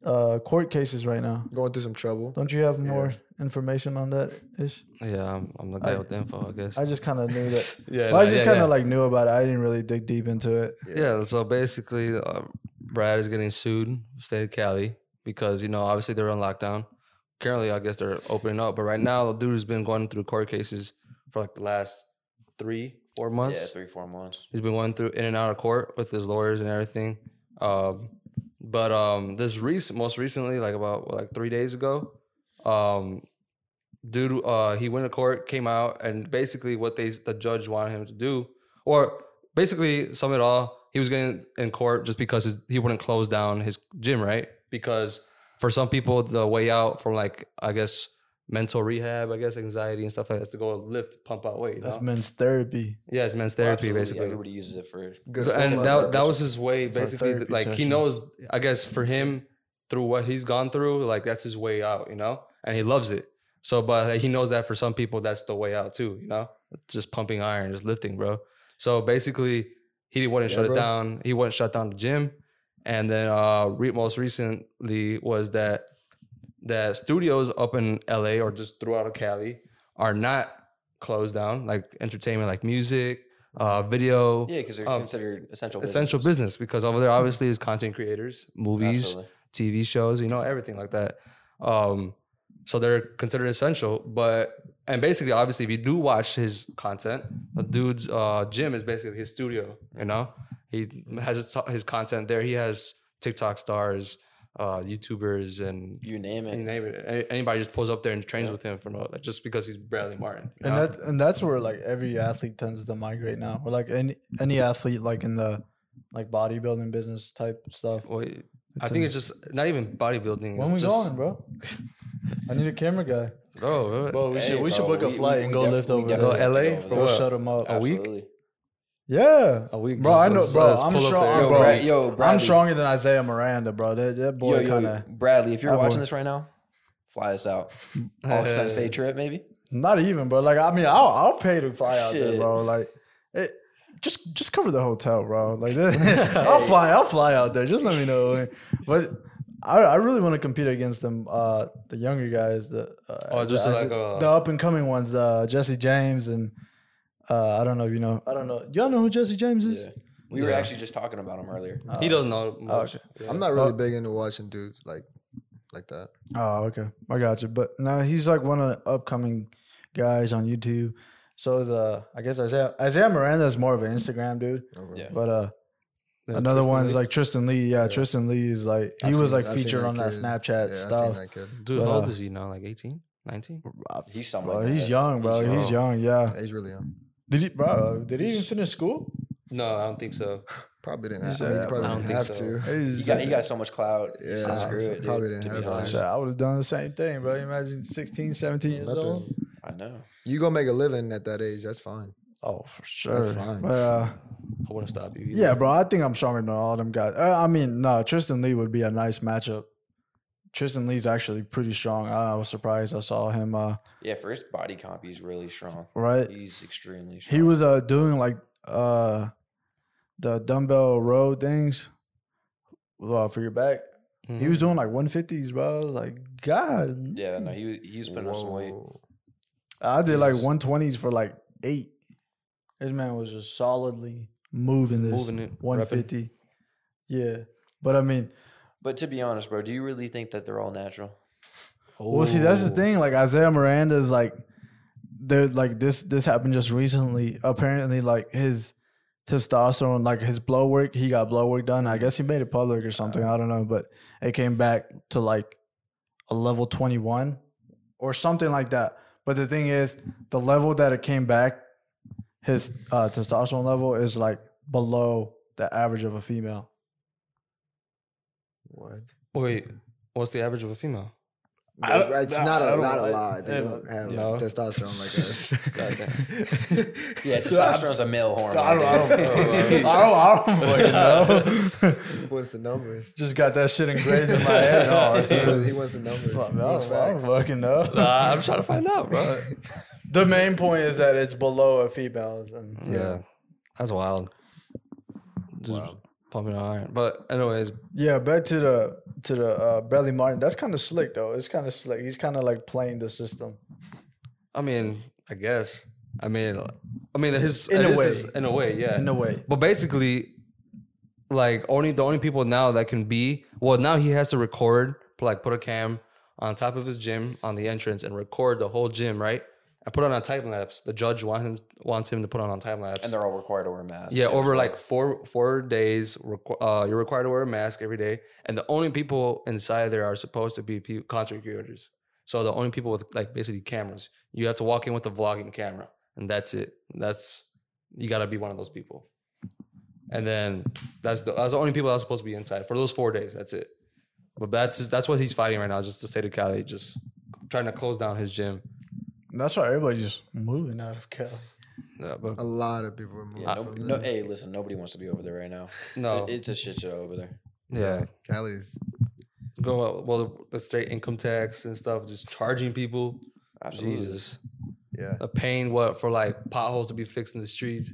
Speaker 4: uh, court cases right now.
Speaker 3: Going through some trouble.
Speaker 4: Don't you have more information on that? Ish,
Speaker 5: yeah, I'm, I'm the guy with the info, I guess.
Speaker 4: I just kind of knew that.
Speaker 5: yeah,
Speaker 4: Well, I just
Speaker 5: yeah,
Speaker 4: kind
Speaker 5: yeah.
Speaker 4: of like knew about it. I didn't really dig deep into it.
Speaker 5: Yeah, so basically, uh, Brad is getting sued, state of Cali, because you know obviously they're on lockdown. Currently, I guess they're opening up, but right now the dude's been going through court cases for like the last three, four months.
Speaker 1: Yeah, three, four months.
Speaker 5: He's been going through in and out of court with his lawyers and everything. Um, but um, this recent, most recently, like about like three days ago, um, dude, uh, he went to court, came out, and basically what they the judge wanted him to do, or basically sum it all, he was getting in court just because his, he wouldn't close down his gym, right? Because for some people, the way out from like I guess mental rehab, I guess anxiety and stuff like that is to go lift, pump out weight. you
Speaker 4: That's
Speaker 5: know?
Speaker 4: men's therapy.
Speaker 5: yeah, it's men's
Speaker 1: Well,
Speaker 5: therapy
Speaker 1: absolutely,
Speaker 5: basically.
Speaker 1: Everybody uses it for.
Speaker 3: Good
Speaker 5: So-
Speaker 3: for him.
Speaker 5: and that, that was his way
Speaker 4: our
Speaker 5: basically th-
Speaker 4: therapy
Speaker 5: like he
Speaker 4: sessions.
Speaker 5: knows i guess for him through what he's gone through like that's his way out you know and he loves it so but like, he knows that for some people that's the way out too you know just pumping iron just lifting bro so basically he wouldn't
Speaker 3: Yeah,
Speaker 5: shut
Speaker 3: bro.
Speaker 5: it down he wouldn't shut down the gym and then uh re- most recently was that that studios up in la or just throughout cali are not closed down like entertainment like music uh video
Speaker 1: Yeah, because they're
Speaker 5: Um,
Speaker 1: considered essential.
Speaker 5: essential
Speaker 1: businesses.
Speaker 5: business because over there obviously is content creators, movies,
Speaker 1: Absolutely.
Speaker 5: TV shows, you know, everything like that. Um, so they're considered essential. But and basically, obviously, if you do watch his content, the dude's uh, gym is basically his studio. You know, he has his, his content there. He has TikTok stars, uh, YouTubers, and
Speaker 1: You name
Speaker 5: and
Speaker 1: it.
Speaker 5: name it. Any- anybody just pulls up there and trains with him for no, just because he's Bradley Martin. you
Speaker 4: and
Speaker 5: know?
Speaker 4: that's and that's where like every athlete tends to migrate now or like any any athlete like in the like bodybuilding business type stuff
Speaker 5: Well, I think it's just not even bodybuilding.
Speaker 4: when
Speaker 5: it's
Speaker 4: we
Speaker 5: just,
Speaker 4: going bro i need a camera guy
Speaker 5: bro,
Speaker 4: bro we should
Speaker 1: Hey,
Speaker 4: we should
Speaker 1: bro,
Speaker 4: book a
Speaker 1: we-
Speaker 4: flight
Speaker 1: we-
Speaker 4: and
Speaker 1: we
Speaker 4: go
Speaker 1: def-
Speaker 4: lift
Speaker 1: we
Speaker 4: over there.
Speaker 1: definitely
Speaker 5: Go
Speaker 1: have to
Speaker 5: LA?
Speaker 1: go over
Speaker 5: Bro,
Speaker 4: Go
Speaker 1: there.
Speaker 5: what?
Speaker 4: shut him up
Speaker 5: A week?
Speaker 1: Absolutely.
Speaker 4: yeah
Speaker 5: A week,
Speaker 4: bro i know
Speaker 5: just-
Speaker 4: bro
Speaker 5: just
Speaker 4: i'm
Speaker 5: pull up
Speaker 1: Yo,
Speaker 4: strong I'm-
Speaker 5: there.
Speaker 4: bro,
Speaker 1: Brad- yo,
Speaker 4: i'm
Speaker 1: Bradley.
Speaker 4: stronger than isaiah miranda bro that, that
Speaker 1: Yo,
Speaker 4: boy
Speaker 1: yo,
Speaker 4: kind
Speaker 1: yo,
Speaker 4: of
Speaker 1: Bradley, if you're
Speaker 4: That boy.
Speaker 1: watching this right now, fly us out. All expense paid trip, maybe.
Speaker 4: not even bro like i mean i'll, I'll pay to fly out there
Speaker 1: Shit.
Speaker 4: bro like it just just cover the hotel, bro. Like this, I'll fly, I'll fly out there. Just let me know. But I, I really want to compete against them, uh, the younger guys, the uh,
Speaker 5: Oh, just
Speaker 4: the,
Speaker 5: like, uh,
Speaker 4: the up and coming ones, uh, Jesse James and uh, I don't know if you know, I don't know, y'all know who Jesse James is?
Speaker 1: Yeah. We were
Speaker 5: Yeah. Uh,
Speaker 1: actually just talking about him earlier.
Speaker 5: he doesn't know much.
Speaker 4: okay.
Speaker 5: Yeah.
Speaker 3: I'm not really big into watching dudes like like that.
Speaker 4: Oh, okay. I got you. But no, he's like one of the upcoming guys on YouTube. So is uh, I guess Isaiah Isaiah Miranda is more of an Instagram dude.
Speaker 3: Okay.
Speaker 1: Yeah.
Speaker 4: But uh,
Speaker 5: Yeah,
Speaker 4: another
Speaker 5: Tristan
Speaker 4: one's
Speaker 5: Lee.
Speaker 4: like Tristan Lee. Yeah, Tristan Lee is like he
Speaker 3: I've seen-
Speaker 4: was like
Speaker 3: I've seen
Speaker 4: featured
Speaker 3: that
Speaker 4: on that
Speaker 3: kid.
Speaker 4: Snapchat
Speaker 3: Yeah, I've
Speaker 4: stuff.
Speaker 3: seen that kid.
Speaker 5: dude,
Speaker 4: but,
Speaker 5: how old
Speaker 4: uh,
Speaker 5: is he now? Like 18, 19?
Speaker 1: He's something.
Speaker 4: Bro,
Speaker 1: like
Speaker 4: he's
Speaker 1: that.
Speaker 4: young, bro. He's young.
Speaker 1: young.
Speaker 4: yeah.
Speaker 3: He's really young.
Speaker 4: Did he, bro? Did he even finish school?
Speaker 5: No, I don't think so.
Speaker 3: Probably didn't
Speaker 4: You
Speaker 3: have. I
Speaker 4: said
Speaker 3: mean, he
Speaker 4: that,
Speaker 3: probably
Speaker 5: I don't
Speaker 3: didn't
Speaker 5: think
Speaker 3: have
Speaker 5: so.
Speaker 3: to.
Speaker 4: He's, uh,
Speaker 1: He got he got so much clout. Yeah,
Speaker 3: Yeah,
Speaker 1: so
Speaker 3: so
Speaker 1: screw it. dude,
Speaker 3: probably didn't
Speaker 1: to be
Speaker 3: have to.
Speaker 1: honest.
Speaker 4: Shit, I would have done the same thing, bro. Imagine 16, 17 years
Speaker 3: Nothing.
Speaker 4: old.
Speaker 1: I know.
Speaker 3: You gonna make a living at that age? That's fine.
Speaker 4: Oh, for sure.
Speaker 3: fine.
Speaker 4: But, uh,
Speaker 5: I wouldn't stop you. either.
Speaker 4: yeah, bro. I think I'm stronger than all them guys. Uh, I mean, no, Tristan Lee would be a nice matchup. Tristan Lee's actually pretty strong. I, I was surprised I saw him. Uh,
Speaker 1: Yeah, for his body comp, he's really strong.
Speaker 4: right.
Speaker 1: He's extremely strong.
Speaker 4: he was uh doing like uh the dumbbell row things uh, for your back. He
Speaker 5: Mm-hmm.
Speaker 4: was doing like 150s, bro. I was like, God,
Speaker 1: Yeah, no, he was- he was putting on some weight.
Speaker 3: Whoa.
Speaker 4: I did like
Speaker 3: Jesus.
Speaker 4: 120s for like eight. This man was just solidly moving this
Speaker 5: Moving it, repping.
Speaker 4: 150. Yeah, but I mean,
Speaker 1: But to be honest, bro, do you really think that they're all natural?
Speaker 5: Mm-hmm.
Speaker 4: Well, see, that's the
Speaker 5: Ooh.
Speaker 4: thing. Like Isaiah Miranda is like, they're like this. This happened just recently. Apparently, like his testosterone, like his blow work, he got blow work done. I guess he made it public or something. I don't know, but it came back to like a level twenty one or something like that. But the thing is, the level that it came back, his uh, testosterone level is like below the average of a female.
Speaker 3: What?
Speaker 5: Wait, what's the average of a female?
Speaker 4: I don't-
Speaker 3: it's
Speaker 4: I
Speaker 3: not a
Speaker 4: don't-
Speaker 3: not a
Speaker 4: I-
Speaker 3: lie. They
Speaker 4: I
Speaker 3: don't have
Speaker 5: No.
Speaker 3: like, testosterone like us.
Speaker 5: God
Speaker 1: Yeah, testosterone's a male hormone.
Speaker 4: I don't, I don't, I
Speaker 1: dude.
Speaker 4: don't, I don't fucking know.
Speaker 3: What's the numbers?
Speaker 4: Just got that shit engraved in my head. Oh,
Speaker 3: He
Speaker 4: it's-
Speaker 3: wants- he wants the numbers.
Speaker 4: Fuck,
Speaker 3: He
Speaker 4: man, I
Speaker 3: wants
Speaker 4: don't, I don't
Speaker 3: facts.
Speaker 4: fucking know.
Speaker 5: Nah, I'm trying to find out, bro.
Speaker 4: the main point is that it's below a female's. And
Speaker 5: yeah, that's wild. Just pumping iron. But anyways,
Speaker 4: yeah, back to the to the uh, Bradley Martin. That's kind of slick though. It's kind of slick. He's kind of like playing the system.
Speaker 5: I mean, I guess. I mean, I mean, his
Speaker 4: In a
Speaker 5: his
Speaker 4: way.
Speaker 5: is- in a way, yeah,
Speaker 4: In a way.
Speaker 5: But basically, like only the only people now that can be well now he has to record like put a cam on top of his gym on the entrance and record the whole gym right and put it on time lapse. The judge wants him wants him to put it on time lapse.
Speaker 1: And they're all required to wear masks.
Speaker 5: Yeah,
Speaker 1: too,
Speaker 5: over
Speaker 1: bro.
Speaker 5: like four four days, requ- uh, you're required to wear a mask every day, and the only people inside there are supposed to be pe- content creators. So the only people with like basically cameras, you have to walk in with a vlogging camera, and that's it. That's you got to be one of those people. And then that's the that's the only people that's supposed to be inside for those four days. That's it. But that's that's what he's fighting right now, just the state of Cali, just trying to close down his gym.
Speaker 4: That's why everybody's just moving out of Cali.
Speaker 5: Yeah, Uh, but
Speaker 3: A lot of people are moving
Speaker 5: uh,
Speaker 1: Yeah, no,
Speaker 3: from
Speaker 1: no,
Speaker 4: eh.
Speaker 3: there.
Speaker 1: hey, listen, nobody wants to be over there right now.
Speaker 5: no,
Speaker 1: It's, a, it's a shit show over there.
Speaker 5: yeah,
Speaker 3: Cali's
Speaker 5: go well the, the straight income tax and stuff just charging people
Speaker 1: Absolutely.
Speaker 5: jesus
Speaker 3: yeah.
Speaker 4: Uh,
Speaker 5: a pain what for like potholes to be fixed in the streets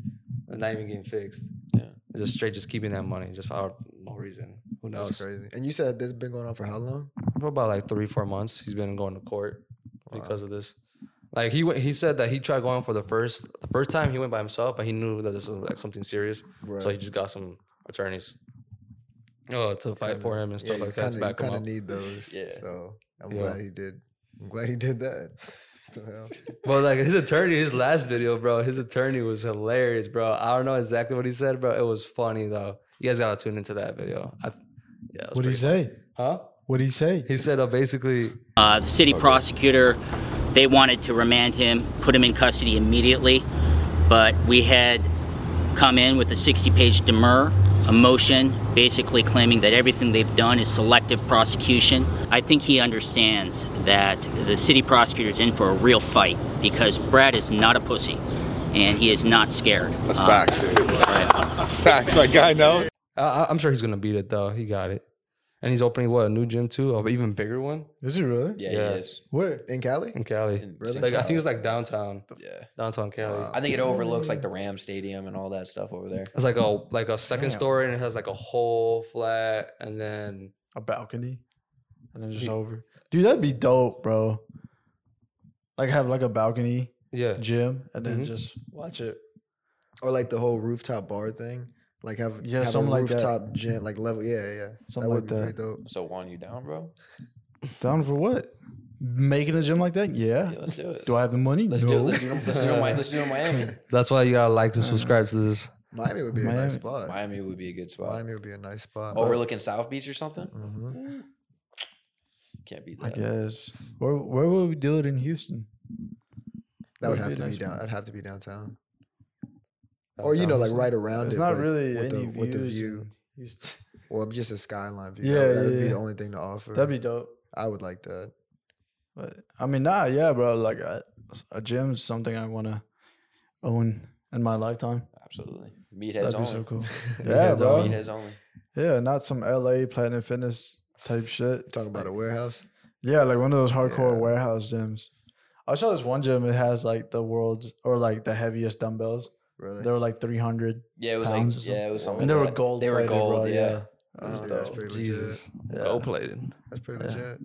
Speaker 5: and not even getting fixed
Speaker 1: Yeah.
Speaker 5: just straight just keeping that money just for no reason who
Speaker 3: That's
Speaker 5: knows
Speaker 3: crazy. And you said this has been going on for how long?
Speaker 5: for about like three four months he's been going to court because of this like he went, he said that he tried going for the first the first time he went by himself but he knew that this was like something serious
Speaker 3: Right.
Speaker 5: so he just got some attorneys uh, to fight for him and stuff
Speaker 3: you
Speaker 5: like that
Speaker 3: kinda-
Speaker 5: to
Speaker 3: you
Speaker 5: back him
Speaker 3: kinda
Speaker 5: up
Speaker 3: need those.
Speaker 1: Yeah.
Speaker 3: So I'm
Speaker 5: Yeah.
Speaker 3: glad he did. I'm glad he did that. The hell?
Speaker 5: But like his attorney, his last video, bro, his attorney was hilarious, bro. I don't know exactly what he said, bro. It was funny though. You guys gotta tune into that video. I, yeah, it was
Speaker 4: What do you
Speaker 5: pretty-
Speaker 4: say?
Speaker 5: Huh?
Speaker 4: What do you say?
Speaker 5: He said, uh, basically,
Speaker 6: Uh, the city prosecutor, they wanted to remand him, put him in custody immediately, but we had come in with a 60-page demur, a motion, basically claiming that everything they've done is selective prosecution. I think he understands that the city prosecutor's in for a real fight because Brad is not a pussy, and he is not scared.
Speaker 7: That's
Speaker 6: Uh,
Speaker 7: facts, dude. That's facts. My guy knows.
Speaker 5: I, I- I'm sure he's gonna beat it though. He got it. and he's opening what a new gym too, an even bigger one
Speaker 4: Is he really?
Speaker 1: Yeah,
Speaker 5: Yeah.
Speaker 1: he is.
Speaker 4: Where?
Speaker 3: in Cali.
Speaker 5: in Cali.
Speaker 1: In
Speaker 3: Really?
Speaker 1: St.
Speaker 5: Like I think
Speaker 1: Cal.
Speaker 5: it's like downtown,
Speaker 1: yeah.
Speaker 5: downtown Cali.
Speaker 3: Wow.
Speaker 1: I think it overlooks like the Ram Stadium and all that stuff over there.
Speaker 5: It's like oh, a like a second
Speaker 4: Damn.
Speaker 5: story, and it has like a whole flat, and then
Speaker 4: A balcony. And then just
Speaker 5: Dude.
Speaker 4: over. Dude, that'd be dope, bro. Like have like a balcony
Speaker 5: yeah,
Speaker 4: gym and then
Speaker 5: Mhm.
Speaker 4: just watch it.
Speaker 3: Or like the whole rooftop bar thing. Like have,
Speaker 4: Yeah,
Speaker 3: have
Speaker 4: something
Speaker 3: a
Speaker 4: like that.
Speaker 3: rooftop gym, like level. Yeah, yeah.
Speaker 4: Something like
Speaker 3: be
Speaker 4: that.
Speaker 3: pretty dope.
Speaker 1: So Juan, you down, bro?
Speaker 4: Down for what? Making a gym like that? Yeah.
Speaker 1: Yeah, let's do it.
Speaker 4: Do I have the money?
Speaker 1: Let's do it.
Speaker 4: no.
Speaker 1: Let's do it. Let's do it. in Mi- Let's do it in Miami.
Speaker 5: that's why you gotta like
Speaker 4: uh-huh.
Speaker 5: and subscribe to this.
Speaker 3: Miami would be a
Speaker 4: Miami.
Speaker 3: nice spot. Miami.
Speaker 1: Miami would be a good spot.
Speaker 3: would be a nice spot.
Speaker 4: uh,
Speaker 1: Overlooking South Beach or something.
Speaker 3: Mhm.
Speaker 1: Can't beat
Speaker 4: Mm-hmm. I
Speaker 1: that.
Speaker 4: guess. Where where would we do it in Houston?
Speaker 3: That would
Speaker 4: Would
Speaker 3: have
Speaker 4: be
Speaker 3: to
Speaker 4: nice
Speaker 3: be down.
Speaker 4: one.
Speaker 3: I'd have to be downtown, or you know, like right around
Speaker 4: It's
Speaker 3: it.
Speaker 4: not
Speaker 3: but
Speaker 4: really
Speaker 3: with
Speaker 4: any
Speaker 3: the, with the
Speaker 4: views
Speaker 3: view,
Speaker 4: in Houston.
Speaker 3: or just a skyline view.
Speaker 4: Yeah,
Speaker 3: Yeah, that would
Speaker 4: yeah,
Speaker 3: be
Speaker 4: yeah.
Speaker 3: the only thing to offer.
Speaker 4: That'd be dope.
Speaker 3: I would like that.
Speaker 4: But I mean, nah, yeah, bro. Like I, a gym is something I want to own in my lifetime.
Speaker 1: Absolutely. Meatheads
Speaker 4: That'd be
Speaker 1: only.
Speaker 4: so cool. yeah,
Speaker 5: Meatheads only.
Speaker 4: bro.
Speaker 1: Meatheads only.
Speaker 4: Yeah, not some LA Platinum Fitness type shit.
Speaker 3: Talking about a warehouse.
Speaker 4: Yeah, like one of those hardcore
Speaker 3: Yeah.
Speaker 4: warehouse gyms. I saw this one gym. It has like the world's or like the heaviest dumbbells.
Speaker 3: Really,
Speaker 4: They were like three hundred,
Speaker 1: Yeah, it was
Speaker 4: Pounds or
Speaker 1: like yeah, it was something.
Speaker 4: and they were
Speaker 1: like-
Speaker 4: gold.
Speaker 1: They were
Speaker 4: plated,
Speaker 1: gold.
Speaker 4: bro,
Speaker 1: Yeah.
Speaker 4: It
Speaker 3: Oh,
Speaker 4: was
Speaker 3: yeah,
Speaker 4: dope.
Speaker 3: that's pretty
Speaker 5: Jesus,
Speaker 4: Yeah.
Speaker 5: gold plated.
Speaker 3: that's pretty
Speaker 4: Yeah.
Speaker 3: legit.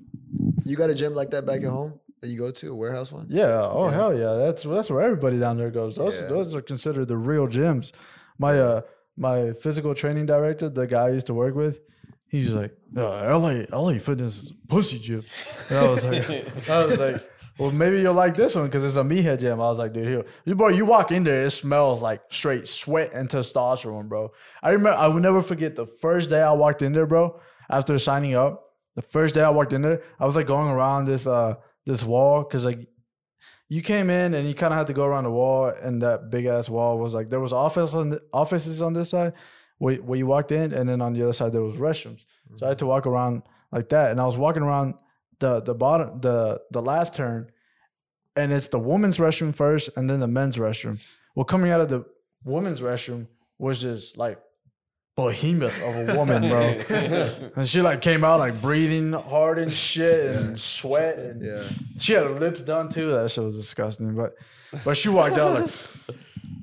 Speaker 3: You got a gym like that back at home that you go to, a warehouse one?
Speaker 4: Yeah. Oh
Speaker 3: Yeah.
Speaker 4: hell yeah. That's that's where everybody down there goes. Those
Speaker 3: Yeah.
Speaker 4: those are considered the real gyms. My uh my physical training director, the guy I used to work with, he's like, "Uh, LA LA Fitness is a pussy gym. And I was like, I was like, well maybe you'll like this one because it's a meathead gym. I was like, dude, here, you bro, you walk in there, it smells like straight sweat and testosterone, bro. I remember I will never forget the first day I walked in there, bro. After signing up, the first day I walked in there, I was like going around this uh this wall because like you came in and you kind of had to go around the wall, and that big ass wall was like there was office on th- offices on this side where, where you walked in, and then on the other side there was restrooms. So I had to walk around like that, and I was walking around the the bottom the the last turn, and it's the women's restroom first, and then the men's restroom. Well, coming out of the women's restroom was just like behemoth of a woman, bro. And she like came out like breathing hard and shit and sweat and
Speaker 3: Yeah,
Speaker 4: she had her lips done too. That shit was disgusting. But but she walked out like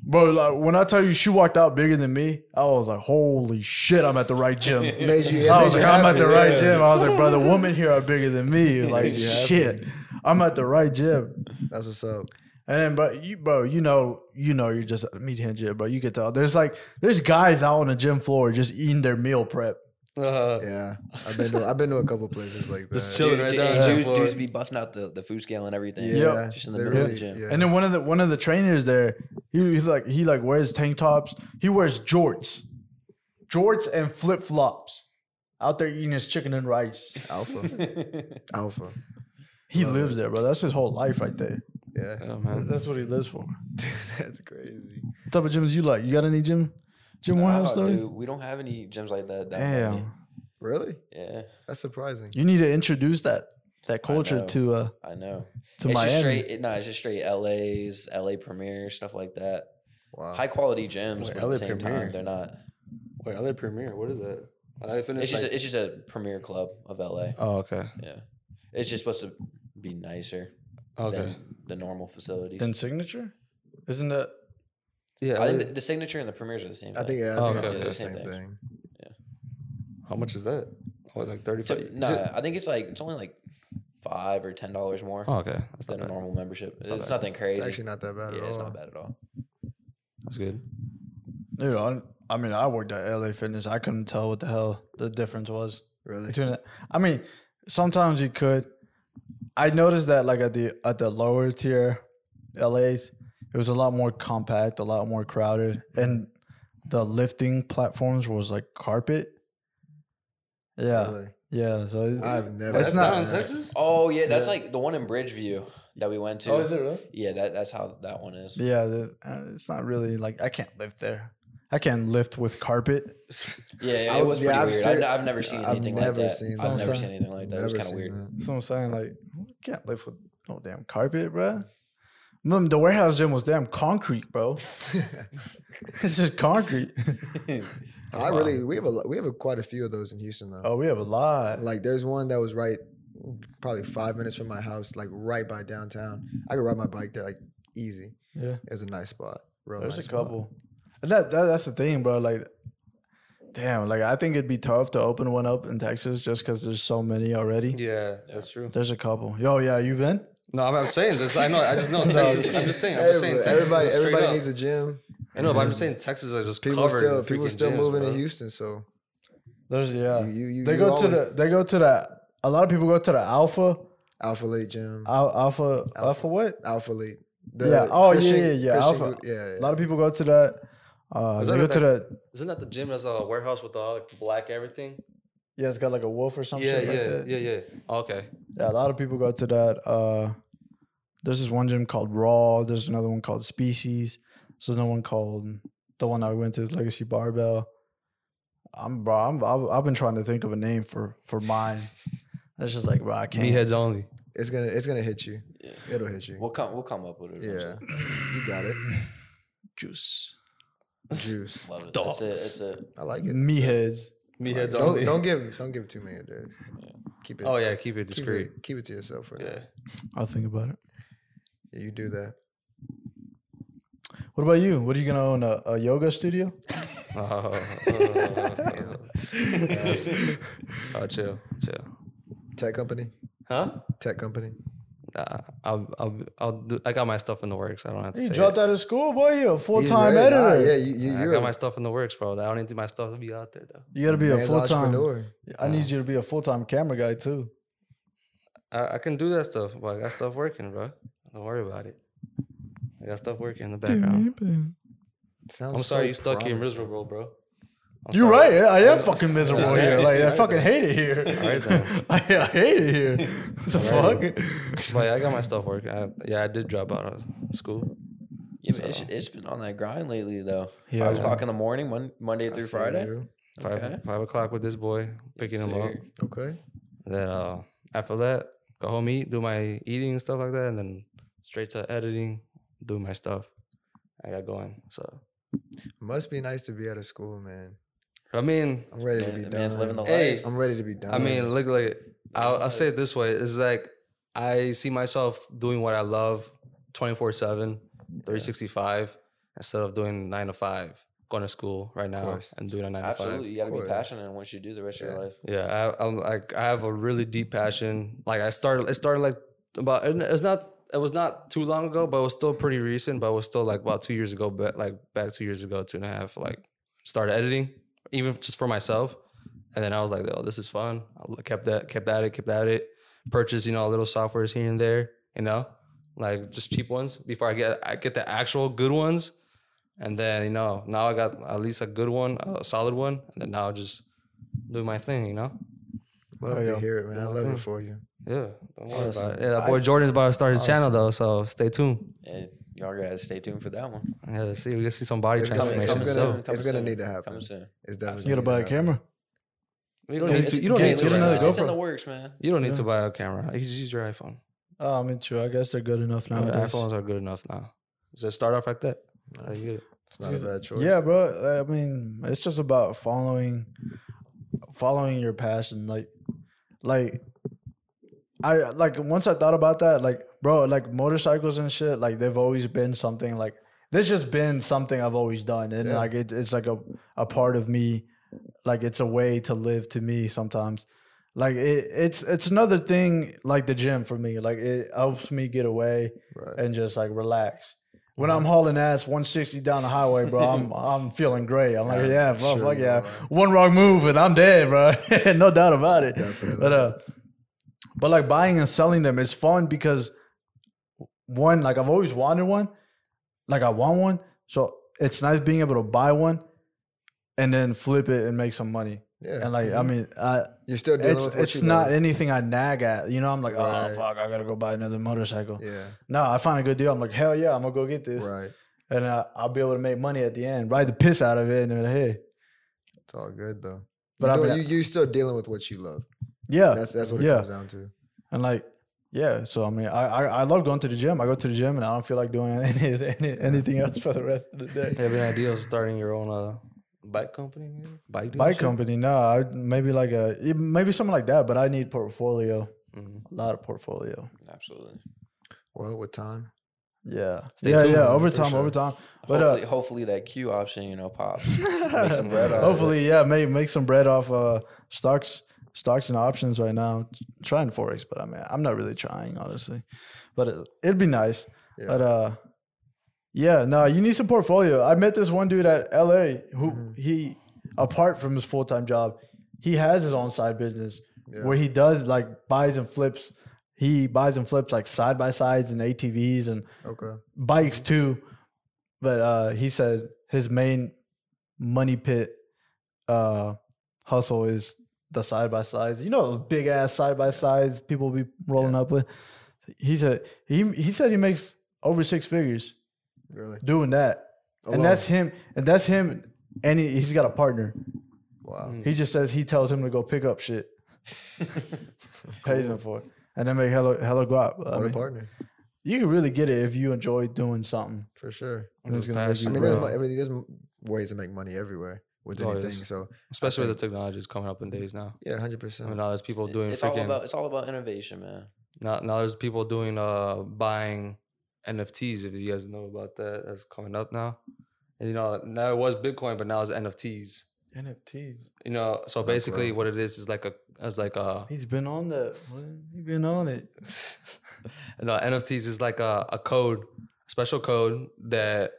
Speaker 4: bro, like when I tell you she walked out bigger than me, I was like, holy shit, I'm at the right gym.
Speaker 3: made you. it
Speaker 4: I
Speaker 3: made
Speaker 4: was
Speaker 3: you
Speaker 4: like, I'm at
Speaker 3: happy,
Speaker 4: the right
Speaker 3: yeah.
Speaker 4: gym. I was like, bro, the women here are bigger than me. Like
Speaker 3: Made you happy.
Speaker 4: shit. I'm at the right gym.
Speaker 3: That's what's up.
Speaker 4: And then, but you, bro, you know, you know, you're just a meathead gym, bro. You could tell. There's like, there's guys out on the gym floor just eating their meal prep.
Speaker 5: Uh,
Speaker 3: Yeah, I've been to I've been to a couple places like that.
Speaker 5: Just chill.
Speaker 1: Dude,
Speaker 5: Chilling right
Speaker 1: dude,
Speaker 5: down
Speaker 1: hey,
Speaker 5: on the
Speaker 1: dudes,
Speaker 5: floor.
Speaker 1: dudes be busting out the, the food scale and everything.
Speaker 3: Yeah,
Speaker 1: Just in the
Speaker 3: they
Speaker 1: middle
Speaker 3: really-
Speaker 1: of the gym.
Speaker 3: yeah.
Speaker 4: And then one of the one of the trainers there, he, he's like he like wears tank tops. He wears jorts, jorts and flip flops, out there eating his chicken and rice.
Speaker 3: Alpha, alpha.
Speaker 4: He lives there, bro. That's his whole life right there.
Speaker 3: Yeah,
Speaker 5: oh, man.
Speaker 4: That's what he lives for.
Speaker 3: that's crazy.
Speaker 4: What type of gyms you like? You got any gym, gym
Speaker 1: Nah,
Speaker 4: warehouse stories?
Speaker 1: dude, we don't have any gyms like that. Down Miami.
Speaker 4: Damn,
Speaker 3: Really?
Speaker 1: Yeah,
Speaker 3: That's surprising.
Speaker 4: you need to introduce that that culture
Speaker 1: know.
Speaker 4: to uh
Speaker 1: I know.
Speaker 4: to
Speaker 1: it's just
Speaker 4: Miami.
Speaker 1: straight. It, no, it's just straight. LA's, LA Premier, stuff like that.
Speaker 3: Wow.
Speaker 1: Uh, High quality gyms,
Speaker 5: Wait,
Speaker 1: but at
Speaker 5: LA
Speaker 1: the same
Speaker 5: Premier?
Speaker 1: time, they're not.
Speaker 5: Wait, LA Premier, what is that? I finished.
Speaker 1: It's just
Speaker 5: like-
Speaker 1: a, it's just a premier club of LA.
Speaker 3: Mm.
Speaker 5: oh, okay,
Speaker 1: Yeah, it's just supposed to be nicer
Speaker 5: okay,
Speaker 1: than the normal facilities.
Speaker 4: Then signature, isn't that?
Speaker 5: yeah.
Speaker 1: I think
Speaker 5: LA
Speaker 1: the, the signature and the premiers are the same.
Speaker 3: I think
Speaker 1: thing.
Speaker 3: yeah, I
Speaker 5: Oh,
Speaker 3: think
Speaker 5: okay.
Speaker 3: it's the
Speaker 1: Same thing.
Speaker 3: same thing.
Speaker 5: how much is that? Oh, like
Speaker 1: So,
Speaker 5: thirty-five.
Speaker 1: no, I think it's like it's only like five or ten dollars more
Speaker 5: Oh, okay, that's not
Speaker 1: than a
Speaker 5: bad.
Speaker 1: normal membership. It's,
Speaker 5: not bad.
Speaker 1: nothing crazy.
Speaker 3: It's actually not that bad at
Speaker 1: yeah,
Speaker 3: all.
Speaker 1: it's not bad at all.
Speaker 5: That's good.
Speaker 4: Dude, I, I mean, I worked at LA Fitness. I couldn't tell what the hell the difference was.
Speaker 3: Really?
Speaker 4: between it. I mean, sometimes you could. I noticed that like at the at the lower tier LAs, it was a lot more compact, a lot more crowded, and the lifting platforms was like carpet. Yeah,
Speaker 3: Really?
Speaker 4: yeah. So it's,
Speaker 3: I've never.
Speaker 4: It's
Speaker 5: That's
Speaker 4: not-
Speaker 5: down in Texas.
Speaker 1: Oh yeah, that's like the one in Bridgeview that we went to.
Speaker 3: Oh,
Speaker 4: really?
Speaker 1: Yeah, that, that's how that one is.
Speaker 4: Yeah, the, uh, it's not really like I can't lift there. I can't lift with carpet.
Speaker 1: Yeah,
Speaker 3: I
Speaker 1: it
Speaker 3: would-
Speaker 1: was
Speaker 3: yeah,
Speaker 1: pretty
Speaker 3: I've
Speaker 1: weird.
Speaker 3: seen-
Speaker 1: I've, I've never seen
Speaker 3: I've
Speaker 1: anything
Speaker 3: never
Speaker 1: like that.
Speaker 3: seen
Speaker 1: I've
Speaker 4: that.
Speaker 1: never seen anything like that. it was kind of weird.
Speaker 4: That's what I'm saying. Like, I can't lift with no damn carpet, bro. The warehouse gym was damn concrete, bro.
Speaker 3: that.
Speaker 4: it's just concrete.
Speaker 3: I really we have a lo- we have a, quite a few of those in Houston though.
Speaker 4: Oh, we have a lot.
Speaker 3: Like there's one that was right, probably five minutes from my house, like right by downtown. I could ride my bike there like easy.
Speaker 4: yeah.
Speaker 3: It was a nice spot. Real
Speaker 4: There's
Speaker 3: nice
Speaker 4: a
Speaker 3: spot.
Speaker 4: couple. And that, that that's the thing, bro. Like, damn, like I think it'd be tough to open one up in Texas just because there's so many already.
Speaker 5: Yeah, that's true.
Speaker 4: There's a couple. Yo, yeah, you been?
Speaker 5: No, I'm, I'm saying this. I know. I just know Texas. I'm just saying. I'm just saying
Speaker 3: Everybody,
Speaker 5: Texas.
Speaker 3: everybody,
Speaker 5: is
Speaker 3: everybody needs
Speaker 5: needs.
Speaker 3: a gym.
Speaker 5: I know, but I'm just saying Texas is just
Speaker 3: People
Speaker 5: covered.
Speaker 3: still
Speaker 5: in
Speaker 3: people
Speaker 5: freaking
Speaker 3: still
Speaker 5: gyms,
Speaker 3: moving
Speaker 5: bro.
Speaker 3: in Houston, so
Speaker 4: There's yeah.
Speaker 3: You- you- you-
Speaker 4: they
Speaker 3: you
Speaker 4: go to
Speaker 3: always-
Speaker 4: the they go to the. A lot of people go to the Alpha
Speaker 3: Alpha Late Gym,
Speaker 4: Al, Alpha Alpha, what?
Speaker 3: Alpha Late.
Speaker 4: yeah. Oh yeah, yeah, yeah. Alpha.
Speaker 3: yeah, yeah.
Speaker 4: A lot of people go to that. Uh,
Speaker 5: Is
Speaker 4: they
Speaker 5: that
Speaker 4: go
Speaker 5: what
Speaker 4: to
Speaker 5: that-
Speaker 4: the.
Speaker 5: Isn't that the gym as a warehouse with all like black everything?
Speaker 4: Yeah, it's got like a wolf or some
Speaker 5: Yeah,
Speaker 4: shit like
Speaker 5: yeah,
Speaker 4: that.
Speaker 5: yeah, yeah. Okay.
Speaker 4: Yeah, a lot of people go to that. Uh, there's this one gym called Raw. There's another one called Species. There's another one called the one I went to is Legacy Barbell. I'm bro. I'm, I've, I've been trying to think of a name for for mine. It's just like bro, I can't.
Speaker 5: Meatheads only.
Speaker 3: It's gonna it's gonna hit you. It'll hit you.
Speaker 1: We'll come. We'll come up with it.
Speaker 3: yeah,
Speaker 1: eventually.
Speaker 3: you got it.
Speaker 4: juice.
Speaker 3: Juice.
Speaker 1: Love it. That's it. That's it.
Speaker 3: I like it.
Speaker 4: Meatheads.
Speaker 5: Meatheads
Speaker 3: Don't don't give don't give too many of those. Keep it.
Speaker 5: Oh yeah, keep it
Speaker 3: keep
Speaker 5: discreet.
Speaker 3: it, keep it to yourself for
Speaker 5: Yeah.
Speaker 3: now.
Speaker 4: I'll think about it.
Speaker 3: Yeah, you do that.
Speaker 4: What about you? What are you gonna own a, a yoga studio?
Speaker 5: Oh, oh, oh. Oh, chill, chill.
Speaker 3: Tech company.
Speaker 5: Huh?
Speaker 3: Tech company.
Speaker 5: Nah, I'll, I'll, I'll do, I got my stuff in the works. I don't have to
Speaker 4: You
Speaker 5: say
Speaker 4: dropped
Speaker 5: it.
Speaker 4: out of school, boy. You a full
Speaker 3: He's
Speaker 4: time
Speaker 3: ready. Nah,
Speaker 4: editor.
Speaker 3: yeah, you, you,
Speaker 5: I
Speaker 3: you're
Speaker 5: got my stuff in the works, bro. I don't need my stuff to be out there though.
Speaker 4: You gotta be
Speaker 3: a
Speaker 4: a
Speaker 3: man's
Speaker 4: full time.
Speaker 3: entrepreneur.
Speaker 4: I need you to be a full time camera guy too.
Speaker 5: I, I can do that stuff, but I got stuff working, bro. Don't worry about it. I got stuff working in the background.
Speaker 3: Sounds
Speaker 5: I'm sorry
Speaker 3: so
Speaker 5: you stuck here
Speaker 3: promising.
Speaker 5: miserable, bro. I'm
Speaker 4: You're right.
Speaker 5: sorry.
Speaker 4: yeah, I am fucking miserable
Speaker 5: Yeah.
Speaker 4: here. Like I
Speaker 5: Alright
Speaker 4: fucking
Speaker 5: then.
Speaker 4: hate it here.
Speaker 5: Alright then.
Speaker 4: I, I hate it here. What the fuck?
Speaker 5: But yeah, I got my stuff working. I, yeah, I did drop out of school.
Speaker 1: Yeah, but it's, it's been on that grind lately, though.
Speaker 4: Yeah.
Speaker 1: Five o'clock in the morning, mon- Monday
Speaker 3: I
Speaker 1: through
Speaker 3: see
Speaker 1: Friday.
Speaker 3: you.
Speaker 5: Five
Speaker 1: Okay.
Speaker 5: five o'clock with this boy, picking him up.
Speaker 1: Sir.
Speaker 3: Okay.
Speaker 5: Then uh, after that, go home eat, do my eating and stuff like that, and then straight to editing, do my stuff. I got going. So
Speaker 3: Must be nice to be out of school, man.
Speaker 5: I mean,
Speaker 3: I'm ready to
Speaker 1: Man,
Speaker 3: be
Speaker 1: the
Speaker 3: done.
Speaker 1: man's living the
Speaker 5: Hey.
Speaker 1: life.
Speaker 3: I'm ready to be done.
Speaker 5: I mean, look like I'll, I'll say it this way: is like I see myself doing what I love, 24 seven, 365, instead of doing nine to five, going to school right now
Speaker 3: course.
Speaker 5: and doing a nine to five.
Speaker 1: Absolutely, you got to be
Speaker 3: Cool.
Speaker 1: passionate in what you do the rest of your life.
Speaker 5: Yeah, I, I'm like I have a really deep passion. Like I started, it started like about and it's not it was not too long ago, but it was still pretty recent. But it was still like about two years ago, but like back two years ago, two and a half. Like started editing, even just for myself, and then I was like, oh, this is fun. I l- kept that, kept at it, kept at it. Purchased, you know, little softwares here and there, you know, like just cheap ones before I get I get the actual good ones. And then you know now I got at least a good one, a solid one, and then now I just do my thing, you know?
Speaker 3: love
Speaker 4: Oh,
Speaker 3: to
Speaker 4: yeah.
Speaker 3: hear it, man. I love it for you.
Speaker 5: Yeah. Don't worry
Speaker 3: Awesome.
Speaker 5: about it. Yeah, that boy Jordan's about to start his channel though, so stay tuned.
Speaker 1: And y'all gotta stay tuned for that one.
Speaker 5: Yeah, let's see. We're gonna see some body
Speaker 3: It's coming-
Speaker 5: transformation.
Speaker 3: it's
Speaker 5: and
Speaker 3: gonna-
Speaker 5: stuff.
Speaker 3: it's gonna need to happen.
Speaker 1: Coming soon.
Speaker 3: It's definitely.
Speaker 4: You gotta buy a camera.
Speaker 5: you don't
Speaker 4: Get
Speaker 5: need
Speaker 4: it-
Speaker 5: to you don't
Speaker 4: get
Speaker 5: need
Speaker 4: it-
Speaker 5: to
Speaker 4: get
Speaker 5: buy
Speaker 4: another
Speaker 5: a-
Speaker 1: It's in
Speaker 4: GoPro.
Speaker 1: the works, man.
Speaker 5: you don't need to
Speaker 4: Yeah.
Speaker 5: buy a camera. You can just use your iPhone.
Speaker 4: Oh, I mean, true. I guess they're good enough now.
Speaker 5: iPhones are good enough now. Just start off like that. Like, you get it.
Speaker 3: It's not a bad choice.
Speaker 4: Yeah, bro. I mean, it's just about following, following your passion. Like, like, I like once I thought about that, like, bro, like motorcycles and shit. Like, they've always been something. Like, this just been something I've always done, and
Speaker 3: Yeah.
Speaker 4: like, it, it's like a a part of me. Like, it's a way to live to me sometimes. Like it, it's it's another thing like the gym for me. Like it helps me get away
Speaker 3: Right.
Speaker 4: and just like relax. When I'm hauling ass 160 down the highway, bro, I'm I'm feeling great. I'm like, yeah, fuck,
Speaker 3: sure
Speaker 4: fuck
Speaker 3: you
Speaker 4: yeah.
Speaker 3: are.
Speaker 4: One wrong move and I'm dead, bro. no doubt about it.
Speaker 3: Definitely.
Speaker 4: But uh, but like buying and selling them is fun because one, like I've always wanted one, like I want one, so it's nice being able to buy one and then flip it and make some money.
Speaker 3: Yeah. Mm-hmm.
Speaker 4: And like, I mean, I
Speaker 3: you're still dealing
Speaker 4: it's
Speaker 3: with what
Speaker 4: it's
Speaker 3: you
Speaker 4: not
Speaker 3: love.
Speaker 4: anything I nag at. You know, I'm like,
Speaker 3: Right.
Speaker 4: oh fuck, I gotta go buy another motorcycle.
Speaker 3: Yeah.
Speaker 4: No, I find a good deal. I'm like, hell yeah, I'm gonna go get this,
Speaker 3: Right.
Speaker 4: and I, I'll be able to make money at the end, ride the piss out of it, and then hey,
Speaker 3: It's all good though. But
Speaker 4: But
Speaker 3: you
Speaker 4: I
Speaker 3: I
Speaker 4: mean, I-
Speaker 3: you you still dealing with what you love.
Speaker 4: yeah,
Speaker 3: That's that's what it
Speaker 4: yeah.
Speaker 3: comes down to.
Speaker 4: and like. Yeah, so I mean, I, I I love going to the gym. I go to the gym and I don't feel like doing any, any anything else for the rest of the day.
Speaker 5: Yeah, it'd be ideal starting your own uh Bike company, maybe? Bike,
Speaker 4: Bike
Speaker 5: dealership?
Speaker 4: company, no, I, maybe like a it- maybe something like that. But I need portfolio,
Speaker 5: Mhm.
Speaker 4: a lot of portfolio.
Speaker 1: Absolutely.
Speaker 3: Well, with time.
Speaker 4: Yeah,
Speaker 3: Stay
Speaker 4: yeah,
Speaker 3: tuned,
Speaker 4: yeah.
Speaker 3: man,
Speaker 4: Over
Speaker 3: for
Speaker 4: time,
Speaker 3: sure.
Speaker 4: over time. But
Speaker 1: Hopefully,
Speaker 4: uh,
Speaker 1: hopefully that Q option, you know, pops. Make some bread out of it.
Speaker 4: hopefully, yeah, make make some bread off uh stocks, stocks and options right now. Trying forex, but I mean, I'm not really trying honestly. But it, it'd be nice.
Speaker 3: Yeah.
Speaker 4: But uh, yeah, no, you need some portfolio. I met this one dude at LA who
Speaker 3: Mm-hmm.
Speaker 4: he, apart from his full time job, he has his own side business
Speaker 3: Yeah.
Speaker 4: where he does like buys and flips. He buys and flips like side by sides and ATVs and
Speaker 3: Okay.
Speaker 4: bikes too. But uh, he said his main money pit uh, hustle is the side by sides. You know, those big ass side by sides people be rolling up with. He said he he said he makes over six figures
Speaker 3: Really.
Speaker 4: doing that,
Speaker 3: Alone.
Speaker 4: and that's him. And that's him. And he, he's got a partner.
Speaker 3: Wow.
Speaker 4: He just says he tells him to go pick up shit, pays him for it, and then make hello hello guap. I
Speaker 3: What a
Speaker 4: mean,
Speaker 3: partner.
Speaker 4: you can really get it if you enjoy doing something.
Speaker 3: For sure.
Speaker 4: And it's
Speaker 5: Just
Speaker 4: gonna make
Speaker 3: I
Speaker 4: you
Speaker 5: passion, I
Speaker 3: mean,
Speaker 5: bro.
Speaker 3: there's, mo- I mean, there's m- ways to make money everywhere with
Speaker 5: Oh,
Speaker 3: anything.
Speaker 5: yes.
Speaker 3: So
Speaker 5: Especially with the technologies coming up in days now.
Speaker 3: yeah, hundred
Speaker 5: I mean,
Speaker 3: percent.
Speaker 5: now there's people doing
Speaker 1: it's all
Speaker 5: freaking.
Speaker 1: about it's all about innovation, man.
Speaker 5: now, now there's people doing uh buying NFTs. If you guys know about that, that's coming up now. And you know, now it was Bitcoin, but now it's NFTs.
Speaker 4: NFTs.
Speaker 5: You know, so
Speaker 3: That's
Speaker 5: basically,
Speaker 3: right.
Speaker 5: what it is is like a as like a
Speaker 4: He's been on that. What? He's been on it.
Speaker 5: you know NFTs is like a, a code, a special code that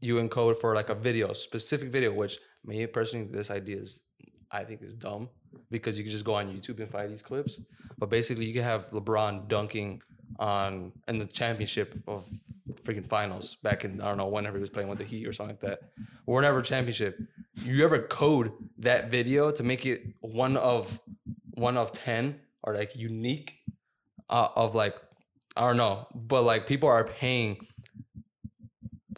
Speaker 5: you encode for like a video, specific video. Which me personally, this idea is I think is dumb because you can just go on YouTube and find these clips. But basically, you can have LeBron dunking on in the championship of freaking finals back in I don't know whenever he was playing with the Heat or something like that, or whatever championship. You ever code that video to make it one of one of ten or like unique uh, of like I don't know, but like people are paying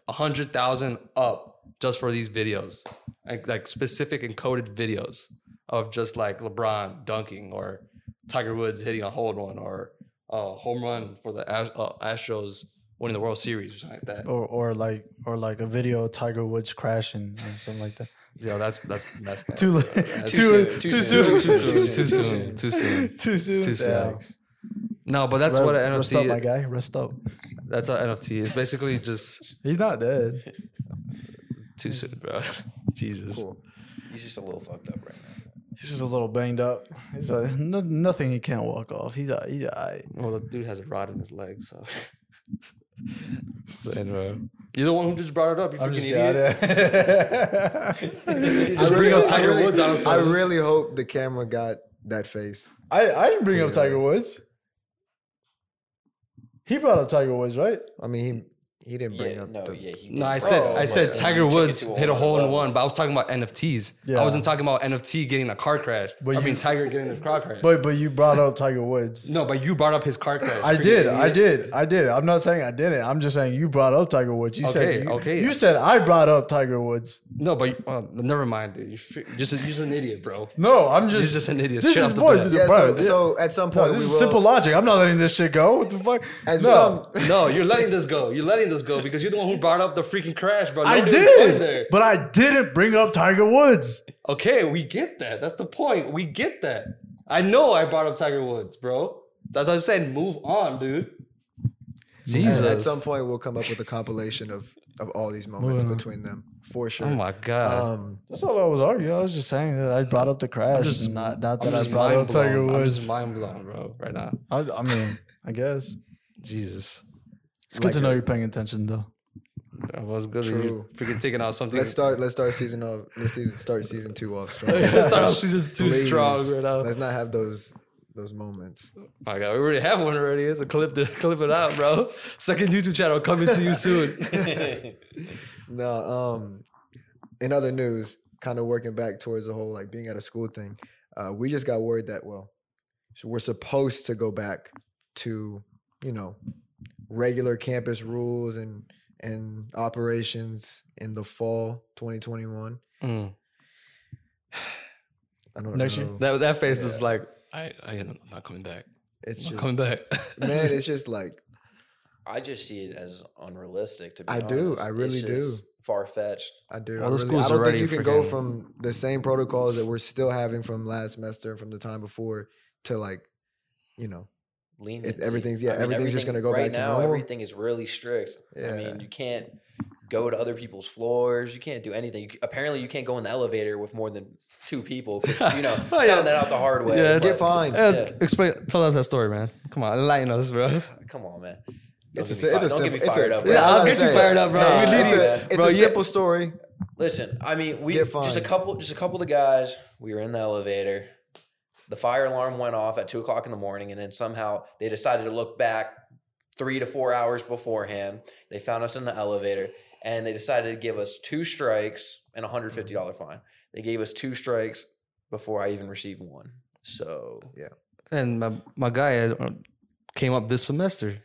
Speaker 5: a hundred thousand up just for these videos, like like specific encoded videos of just like LeBron dunking or Tiger Woods hitting a hold one or a home run for the Ast- uh, Astros winning the World Series or something like that.
Speaker 4: Or or like or like a video of Tiger Woods crashing or something like that.
Speaker 5: Yeah, that's that's messed up.
Speaker 4: Too
Speaker 5: bro.
Speaker 4: late.
Speaker 5: That's
Speaker 1: Too soon, too
Speaker 5: too
Speaker 1: soon,
Speaker 5: soon. Too soon. Too soon.
Speaker 4: Too soon.
Speaker 5: Too soon.
Speaker 4: Yeah.
Speaker 5: No, but that's
Speaker 4: Re-
Speaker 5: what an
Speaker 4: Rest up, my
Speaker 5: NFT.
Speaker 4: guy. Rest up.
Speaker 5: That's an NFT. It's basically just
Speaker 4: He's not dead.
Speaker 5: too soon, bro. Jesus.
Speaker 3: Cool.
Speaker 1: He's just a little fucked up right now.
Speaker 4: He's just a little banged up. He's like, no, nothing he can't walk off. He's all, he's all right.
Speaker 5: Well, the dude has a rod in his leg, so. So, anyway. You're the one who just brought it up. You freaking idiot.
Speaker 4: I,
Speaker 5: Just bring
Speaker 3: really-
Speaker 5: up
Speaker 3: I
Speaker 5: Tiger
Speaker 3: really-
Speaker 5: Woods, honestly.
Speaker 3: I really hope the camera got that face.
Speaker 4: I didn't bring up Tiger Woods. He brought up Tiger Woods, right?
Speaker 3: I mean, he he didn't bring
Speaker 1: Yeah,
Speaker 3: up.
Speaker 1: no,
Speaker 3: the,
Speaker 1: yeah. He
Speaker 5: No, I
Speaker 1: did.
Speaker 5: said
Speaker 1: Bro,
Speaker 5: I said
Speaker 1: but
Speaker 5: Tiger
Speaker 1: you took it
Speaker 5: Woods
Speaker 1: to
Speaker 5: hit a
Speaker 1: whole
Speaker 5: hole in
Speaker 1: level.
Speaker 5: one, but I was talking about NFTs.
Speaker 4: Yeah.
Speaker 5: I wasn't talking about NFT getting a car crash.
Speaker 4: But
Speaker 5: I
Speaker 4: you-
Speaker 5: mean Tiger getting a car crash.
Speaker 4: But but you brought up Tiger Woods.
Speaker 5: no, but you brought up his car crash.
Speaker 4: I
Speaker 5: freaking
Speaker 4: did, I
Speaker 5: idiot.
Speaker 4: did, I did. I'm not saying I didn't. I'm just saying you brought up Tiger Woods. You
Speaker 5: Okay,
Speaker 4: said you,
Speaker 5: okay.
Speaker 4: you said I brought up Tiger Woods.
Speaker 5: No, but well, never mind, dude. You're fr- just a, you're just an idiot, bro.
Speaker 4: No, I'm just
Speaker 5: You're just an idiot.
Speaker 4: This
Speaker 5: Straight
Speaker 4: is
Speaker 5: off the
Speaker 4: boy,
Speaker 5: bat.
Speaker 4: dude,
Speaker 3: yeah,
Speaker 4: bro.
Speaker 3: so, so at some point
Speaker 4: no, this
Speaker 3: we
Speaker 4: is
Speaker 3: will,
Speaker 4: simple logic. I'm not letting this shit go. What the fuck?
Speaker 3: At
Speaker 4: no,
Speaker 3: some,
Speaker 5: No, you're letting this go. You're letting this go because you're the one who brought up the freaking crash, bro.
Speaker 4: I
Speaker 5: Nobody was there.
Speaker 4: did, but I didn't bring up Tiger Woods.
Speaker 5: Okay, we get that. That's the point. We get that. I know I brought up Tiger Woods, bro. That's what I'm saying. Move on, dude. Jesus.
Speaker 3: at some point we'll come up with a compilation of of all these moments between them for sure.
Speaker 5: oh my god.
Speaker 3: Um,
Speaker 4: That's all I was arguing. I was just saying that I brought up the crash.
Speaker 5: just-
Speaker 4: not, not
Speaker 5: I'm
Speaker 4: that I
Speaker 5: just
Speaker 4: brought up
Speaker 5: mind
Speaker 4: Tiger
Speaker 5: blown. I'm
Speaker 4: Woods.
Speaker 5: just mind blown, bro. Right now.
Speaker 4: I, I mean, I guess
Speaker 5: Jesus.
Speaker 4: it's good to know you're paying attention though.
Speaker 5: That was good.
Speaker 3: True.
Speaker 5: You freaking taking out something.
Speaker 3: let's start. Let's start season off. Let's season, start season two off strong.
Speaker 5: Let's start off season two
Speaker 3: Please.
Speaker 5: strong right now.
Speaker 3: Let's not have those those moments.
Speaker 5: Oh my god, we already have one already. It's a clip to clip it out, bro. Second YouTube channel coming to you soon.
Speaker 3: No, um, in other news, kind of working back towards the whole like being at a school thing, uh, we just got word that well, so we're supposed to go back to you know regular campus rules and and operations in the fall 2021.
Speaker 5: Mm.
Speaker 3: I don't
Speaker 4: Next
Speaker 3: know.
Speaker 4: year?
Speaker 5: That that face was like, I, I am not coming back.
Speaker 3: It's
Speaker 5: I'm
Speaker 3: just
Speaker 5: coming back.
Speaker 3: man, it's just like
Speaker 1: I just see it as unrealistic. To be
Speaker 3: I do. I really do.
Speaker 1: Far fetched.
Speaker 3: I do. I,
Speaker 5: Well, the
Speaker 3: really,
Speaker 5: schools
Speaker 3: I don't
Speaker 5: already
Speaker 3: think you can go
Speaker 5: freaking-
Speaker 3: from the same protocols that we're still having from last semester and from the time before to like, you know,
Speaker 1: Lenient.
Speaker 3: everything's- yeah, everything's just gonna go
Speaker 1: right
Speaker 3: back to
Speaker 1: now.
Speaker 3: normal.
Speaker 1: Everything is really strict. I
Speaker 3: Yeah.
Speaker 1: mean, you can't go to other people's floors. You can't do anything. You, c- apparently, you can't go in the elevator with more than two people. 'cause, you know,
Speaker 5: Oh, yeah.
Speaker 1: found that out the hard way.
Speaker 5: Yeah,
Speaker 1: but-
Speaker 3: get fined.
Speaker 5: Eh, Explain. Tell us that story, man. Come on, enlighten us, bro.
Speaker 1: Come on, man. Don't
Speaker 3: It's a,
Speaker 1: get me
Speaker 3: si-
Speaker 1: fi-
Speaker 3: it's a
Speaker 1: don't get me
Speaker 3: simple- it's a-
Speaker 1: fired up.
Speaker 3: yeah,
Speaker 1: bro.
Speaker 5: Yeah,
Speaker 3: I was
Speaker 5: I'll
Speaker 3: gonna
Speaker 5: get you
Speaker 3: say,
Speaker 5: fired up, bro.
Speaker 1: Nah,
Speaker 5: You
Speaker 1: it's
Speaker 5: need
Speaker 1: a-
Speaker 5: it.
Speaker 3: It's
Speaker 5: Bro,
Speaker 3: a
Speaker 5: you-
Speaker 3: simple story.
Speaker 1: Listen, I mean, we
Speaker 3: Get
Speaker 1: just a
Speaker 3: fined.
Speaker 1: couple, just a couple of the guys. We were in the elevator. The fire alarm went off at two o'clock in the morning, and then somehow they decided to look back three to four hours beforehand. They found us in the elevator, and they decided to give us two strikes and a hundred fifty dollar fine. They gave us two strikes before I even received one. So
Speaker 5: And my my guy is- came up this semester,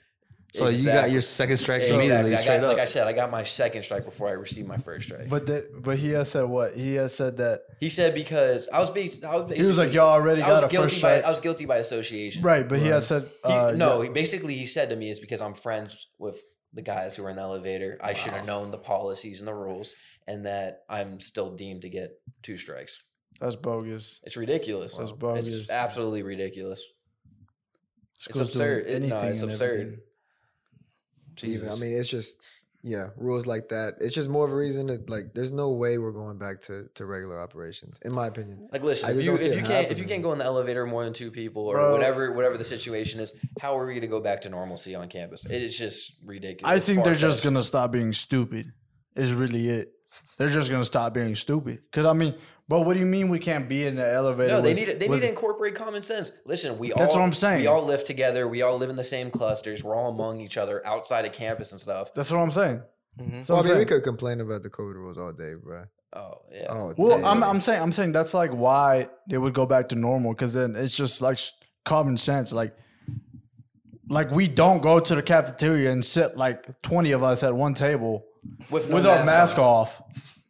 Speaker 5: so you got
Speaker 1: Exactly.
Speaker 5: your second strike
Speaker 1: exactly,
Speaker 5: immediately,
Speaker 1: I
Speaker 5: straight
Speaker 1: got,
Speaker 5: up.
Speaker 1: like I said, I got my second strike before I received my first strike.
Speaker 4: But the, but he has said what? He has said that
Speaker 1: he said because I was being, I was
Speaker 4: he was like,
Speaker 1: basically-
Speaker 4: "Y'all already
Speaker 1: I was
Speaker 4: got a
Speaker 1: guilty
Speaker 4: first
Speaker 1: by
Speaker 4: strike."
Speaker 1: I was guilty by association.
Speaker 4: right, but he has said
Speaker 1: He-
Speaker 4: uh,
Speaker 1: no,
Speaker 4: yeah.
Speaker 1: he- basically he said to me, "It's because I'm friends with the guys who were in the elevator. I should have known the policies and the rules, and that I'm still deemed to get two strikes.
Speaker 4: that's bogus.
Speaker 1: It's ridiculous.
Speaker 4: That's
Speaker 1: It's
Speaker 4: bogus.
Speaker 1: absolutely ridiculous.
Speaker 4: Schools doing
Speaker 1: absurd. It- no,
Speaker 4: anything
Speaker 1: it's
Speaker 4: and
Speaker 1: absurd.
Speaker 4: everything.
Speaker 3: Even I mean, it's just yeah, rules like that. It's just more of a reason that like there's no way we're going back to to regular operations, in my opinion.
Speaker 1: Like, listen,
Speaker 3: I
Speaker 1: if
Speaker 3: just
Speaker 1: you
Speaker 3: don't see
Speaker 1: if
Speaker 3: it
Speaker 1: you can't if you
Speaker 3: happening.
Speaker 1: can't go in the elevator more than two people or
Speaker 4: Bro.
Speaker 1: whatever whatever the situation is, how are we going to go back to normalcy on campus? It is just ridiculous.
Speaker 4: I think they're just
Speaker 1: Far-fetched.
Speaker 4: gonna stop being stupid. Is really it. They're just gonna stop being stupid. Cause I mean, but what do you mean we can't be in the elevator?
Speaker 1: No, they
Speaker 4: with-
Speaker 1: need to, they
Speaker 4: with-
Speaker 1: need to incorporate common sense. Listen, we all
Speaker 4: That's what I'm saying.
Speaker 1: We all live together. We all live in the same clusters. We're all among each other outside of campus and stuff.
Speaker 4: That's what I'm saying.
Speaker 1: Mm-hmm.
Speaker 5: Mhm.
Speaker 4: So
Speaker 3: I
Speaker 4: I'm
Speaker 3: mean, we
Speaker 4: saying-
Speaker 3: could complain about the COVID rules all day, bro.
Speaker 1: Oh yeah.
Speaker 3: Oh,
Speaker 4: Well,
Speaker 3: day.
Speaker 4: I'm, I'm saying I'm saying that's like why they would go back to normal because then it's just like s- common sense. Like, like we don't go to the cafeteria and sit like 20 of us at one table
Speaker 1: With, no
Speaker 4: with our mask
Speaker 1: on.
Speaker 4: off.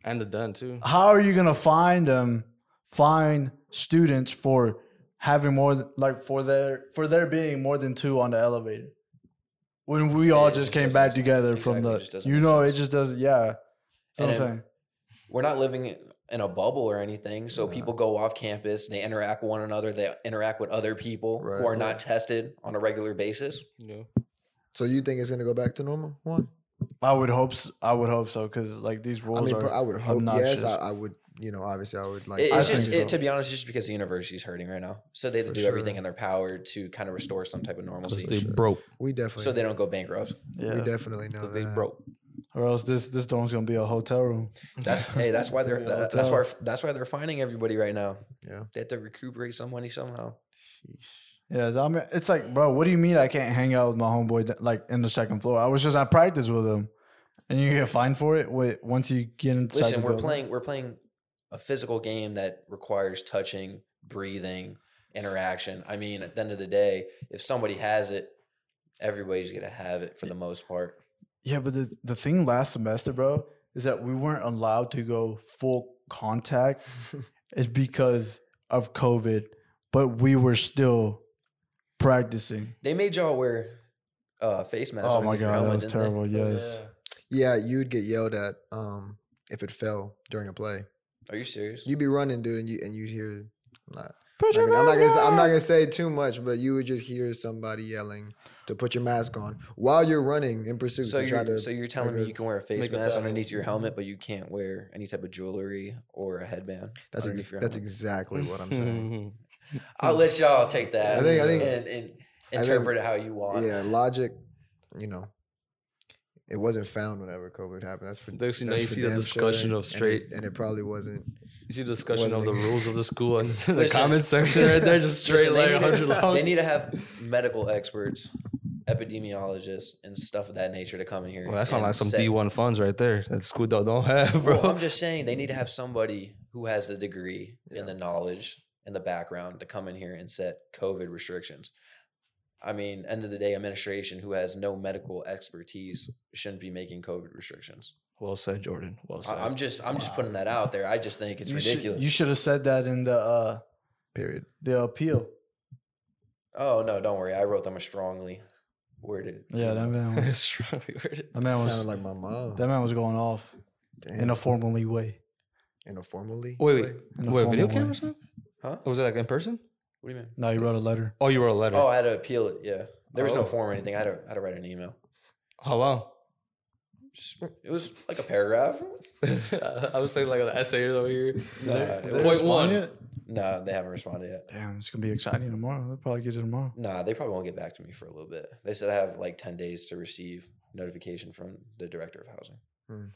Speaker 5: and the done too.
Speaker 4: How are you gonna find them? Find students for having more th- like for their for there being more than two on the elevator when we all
Speaker 1: it
Speaker 4: just
Speaker 1: just
Speaker 4: came
Speaker 1: doesn't
Speaker 4: back
Speaker 1: make sense.
Speaker 4: together from
Speaker 1: Exactly, it
Speaker 4: the
Speaker 1: just doesn't
Speaker 4: you
Speaker 1: make
Speaker 4: know
Speaker 1: sense.
Speaker 4: it just doesn't yeah. That's what I'm
Speaker 1: And
Speaker 4: saying.
Speaker 1: We're not living in a bubble or anything. So people go off campus. They interact with one another. They interact with other people
Speaker 3: Right.
Speaker 1: who are not tested on a regular basis.
Speaker 5: Yeah.
Speaker 3: So you think it's gonna go back to normal? One.
Speaker 4: I would hope. s- I would hope so because like these rules
Speaker 3: I mean,
Speaker 4: are.
Speaker 3: bro, I would hope.
Speaker 4: obnoxious.
Speaker 3: Yes, I, I would. You know, obviously, I would like.
Speaker 1: It-
Speaker 4: I
Speaker 1: it's
Speaker 4: think
Speaker 1: just
Speaker 4: so.
Speaker 1: it, to be honest, it's just because the university is hurting right now. So they have to
Speaker 3: For
Speaker 1: do everything
Speaker 3: sure.
Speaker 1: in their power to kind of restore some type of normalcy,
Speaker 5: broke.
Speaker 3: we definitely.
Speaker 1: so they don't go bankrupt.
Speaker 4: yeah.
Speaker 3: We definitely know that.
Speaker 4: or else this this dorm's gonna be a hotel room.
Speaker 1: That's hey, that's why they're
Speaker 4: Yeah,
Speaker 1: that, that's why that's why they're finding everybody right now.
Speaker 3: Yeah.
Speaker 1: They have to recuperate some money somehow.
Speaker 4: Yeah, so I mean, it's like, bro, what do you mean I can't hang out with my homeboy that- like in the second floor? I was just at practice with him, and you get fined for it. Wait, once you get inside.
Speaker 1: Listen,
Speaker 4: the
Speaker 1: we're
Speaker 4: building.
Speaker 1: playing we're playing a physical game that requires touching, breathing, interaction. I mean, at the end of the day, if somebody has it, everybody's gonna have it for the most part.
Speaker 4: Yeah, but the, the thing last semester, bro, is that we weren't allowed to go full contact. it's because of COVID, but we were still practicing.
Speaker 1: They made y'all wear uh, face masks.
Speaker 4: oh my
Speaker 1: underneath your
Speaker 4: god, that
Speaker 1: helmet,
Speaker 4: was
Speaker 1: didn't they?
Speaker 4: terrible. Yes.
Speaker 3: Yeah, you'd get yelled at um, if it fell during a play.
Speaker 1: Are you serious?
Speaker 3: You'd be running, dude, and you and you'd hear. I'm not,
Speaker 4: Put
Speaker 3: I'm
Speaker 4: your
Speaker 3: not, gonna, I'm, not
Speaker 4: mask
Speaker 3: gonna, say- I'm not
Speaker 4: on.
Speaker 3: gonna say too much, but you would just hear somebody yelling to put your mask on while you're running in pursuit
Speaker 1: So
Speaker 3: to try
Speaker 1: you're,
Speaker 3: to.
Speaker 1: so you're telling me
Speaker 3: regulate-
Speaker 1: you can wear a face
Speaker 5: make a
Speaker 1: mask
Speaker 5: tackle.
Speaker 1: underneath your helmet, but you can't wear any type of jewelry or a headband.
Speaker 3: that's
Speaker 1: underneath
Speaker 3: ex-
Speaker 1: your
Speaker 3: that's
Speaker 1: helmet?
Speaker 3: exactly what I'm saying.
Speaker 5: Mm-hmm.
Speaker 1: I'll let y'all take that.
Speaker 3: Hmm. I think- I think-
Speaker 1: and, and
Speaker 3: think-
Speaker 1: interpret it how you want.
Speaker 3: yeah, logic. You know, it wasn't found whenever COVID happened. That's for.
Speaker 5: Next, you know,
Speaker 3: that's
Speaker 5: you
Speaker 3: for
Speaker 5: see the
Speaker 3: damn
Speaker 5: discussion
Speaker 3: sure,
Speaker 5: of straight.
Speaker 3: and it, and it probably wasn't.
Speaker 5: You see the discussion of
Speaker 3: wasn't
Speaker 5: the
Speaker 3: it?
Speaker 5: rules of the school and the
Speaker 1: Listen,
Speaker 5: comment section right there, just straight
Speaker 1: Listen,
Speaker 5: like
Speaker 1: they, need
Speaker 5: hundred
Speaker 1: to,
Speaker 5: long.
Speaker 1: they need to have medical experts, epidemiologists, and stuff of that nature to come in here.
Speaker 5: well, that's not
Speaker 1: and
Speaker 5: like some
Speaker 1: say-
Speaker 5: D one funds right there that school don't don't have, bro.
Speaker 1: Well, I'm just saying they need to have somebody who has the degree and the knowledge and the background to come in here and set COVID restrictions. I mean, end of the day, administration who has no medical expertise shouldn't be making COVID restrictions.
Speaker 5: well said, Jordan. Well said.
Speaker 1: I, am just, I'm just putting that out there. I just think it's
Speaker 4: you
Speaker 1: ridiculous.
Speaker 4: Should, you should have said that in the uh,
Speaker 3: Period.
Speaker 4: the appeal.
Speaker 1: oh no, don't worry. I wrote them strongly. worded.
Speaker 4: Yeah, that man was
Speaker 5: Strongly worded.
Speaker 4: that man was
Speaker 3: Sounded like my mom.
Speaker 4: that man was going off
Speaker 3: Damn.
Speaker 4: in a formally way.
Speaker 3: in a formally. Oh,
Speaker 5: Wait, wait.
Speaker 4: In a
Speaker 5: Wait,
Speaker 4: formal
Speaker 5: video camera
Speaker 4: way.
Speaker 5: or something?
Speaker 1: Huh?
Speaker 5: Or was it like in person?
Speaker 1: What do you mean?
Speaker 4: No, he wrote a letter.
Speaker 5: Oh, you wrote a letter.
Speaker 1: Oh, I had to appeal it. Yeah, there was
Speaker 5: Oh.
Speaker 1: no form or anything. I had to, I had to write an email.
Speaker 5: How long?
Speaker 1: Just it was like a paragraph.
Speaker 5: I was thinking like an essay over here.
Speaker 1: Nah, it was-
Speaker 5: Point one.
Speaker 1: nah, they haven't responded yet.
Speaker 4: Damn, it's gonna be exciting tomorrow. They'll probably get it tomorrow.
Speaker 1: Nah, they probably won't get back to me for a little bit. They said I have like ten days to receive notification from the director of housing.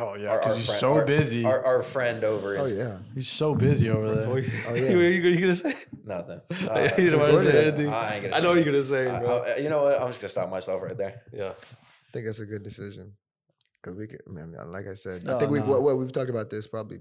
Speaker 4: Oh yeah,
Speaker 1: Our- our
Speaker 4: because he's
Speaker 1: friend-
Speaker 4: so
Speaker 1: our-
Speaker 4: busy.
Speaker 1: Our, our friend over
Speaker 3: Oh
Speaker 1: is
Speaker 3: yeah.
Speaker 4: he's so busy over there.
Speaker 5: Oh, yeah.
Speaker 3: Oh,
Speaker 5: What
Speaker 3: yeah.
Speaker 5: are you, what are you gonna say?
Speaker 1: nothing.
Speaker 5: I you don't want to say anything.
Speaker 1: I,
Speaker 5: I,
Speaker 1: ain't gonna
Speaker 5: know what
Speaker 1: say
Speaker 5: you're gonna say,
Speaker 1: I-
Speaker 5: bro.
Speaker 1: I- you know what? I'm just gonna stop myself right there.
Speaker 5: yeah.
Speaker 3: I think that's a good decision because we could, man, like I said,
Speaker 4: No,
Speaker 3: I think we've
Speaker 4: no.
Speaker 3: what, what we've talked about this probably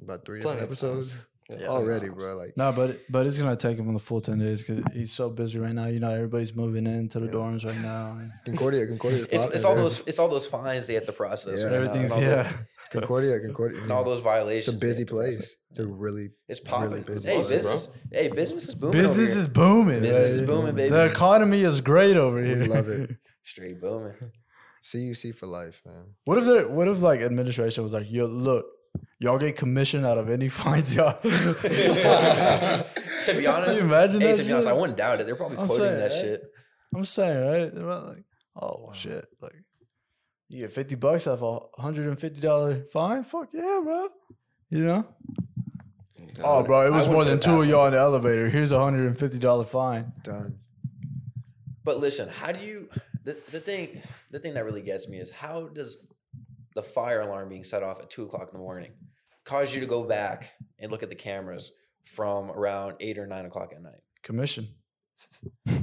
Speaker 3: about three different
Speaker 5: Plenty of times.
Speaker 3: episodes
Speaker 5: Yeah.
Speaker 3: already, bro. Like,
Speaker 4: No, but but it's gonna take him the full ten days because he's so busy right now. You know, everybody's moving into the
Speaker 3: Yeah.
Speaker 4: dorms right now. and
Speaker 3: Concordia, Concordia,
Speaker 1: It's, it's all those it's all those fines they have to process.
Speaker 3: Yeah.
Speaker 1: right now and
Speaker 4: everything's
Speaker 1: all the-
Speaker 4: yeah.
Speaker 3: Concordia, Concordia.
Speaker 1: and all those
Speaker 3: it's a
Speaker 1: violations. they
Speaker 3: busy
Speaker 1: have to process.
Speaker 3: place. It's a really
Speaker 1: It's popping.
Speaker 3: really busy
Speaker 1: hey,
Speaker 3: place,
Speaker 5: bro.
Speaker 1: business. Hey, business is booming. over
Speaker 4: Business
Speaker 1: here.
Speaker 4: is booming.
Speaker 1: business is
Speaker 4: baby.
Speaker 1: booming, baby.
Speaker 4: The economy is great over here.
Speaker 3: we love it.
Speaker 1: Straight booming.
Speaker 3: CUC for life, man.
Speaker 4: What if there? What if like administration was like, yo, look, y'all get commission out of any fines, y'all.
Speaker 1: to be honest,
Speaker 4: you imagine
Speaker 1: hey,
Speaker 4: that
Speaker 1: to be honest,
Speaker 4: shit?
Speaker 1: I wouldn't doubt it. They're probably
Speaker 4: I'm
Speaker 1: quoting
Speaker 4: saying,
Speaker 1: that
Speaker 4: right?
Speaker 1: shit.
Speaker 4: I'm saying, right? They're not like, oh shit, like you get fifty bucks off a hundred and fifty dollar fine. Fuck yeah, bro. You know? Oh, bro, it was
Speaker 1: wouldn't
Speaker 4: more
Speaker 1: put
Speaker 4: than
Speaker 1: it
Speaker 4: two
Speaker 1: past
Speaker 4: of y'all in the elevator. Here's a hundred and fifty dollar fine.
Speaker 3: Done.
Speaker 1: But listen, how do you? The, the thing, the thing that really gets me is how does the fire alarm being set off at two o'clock in the morning cause you to go back and look at the cameras from around eight or nine o'clock at night?
Speaker 4: Commission.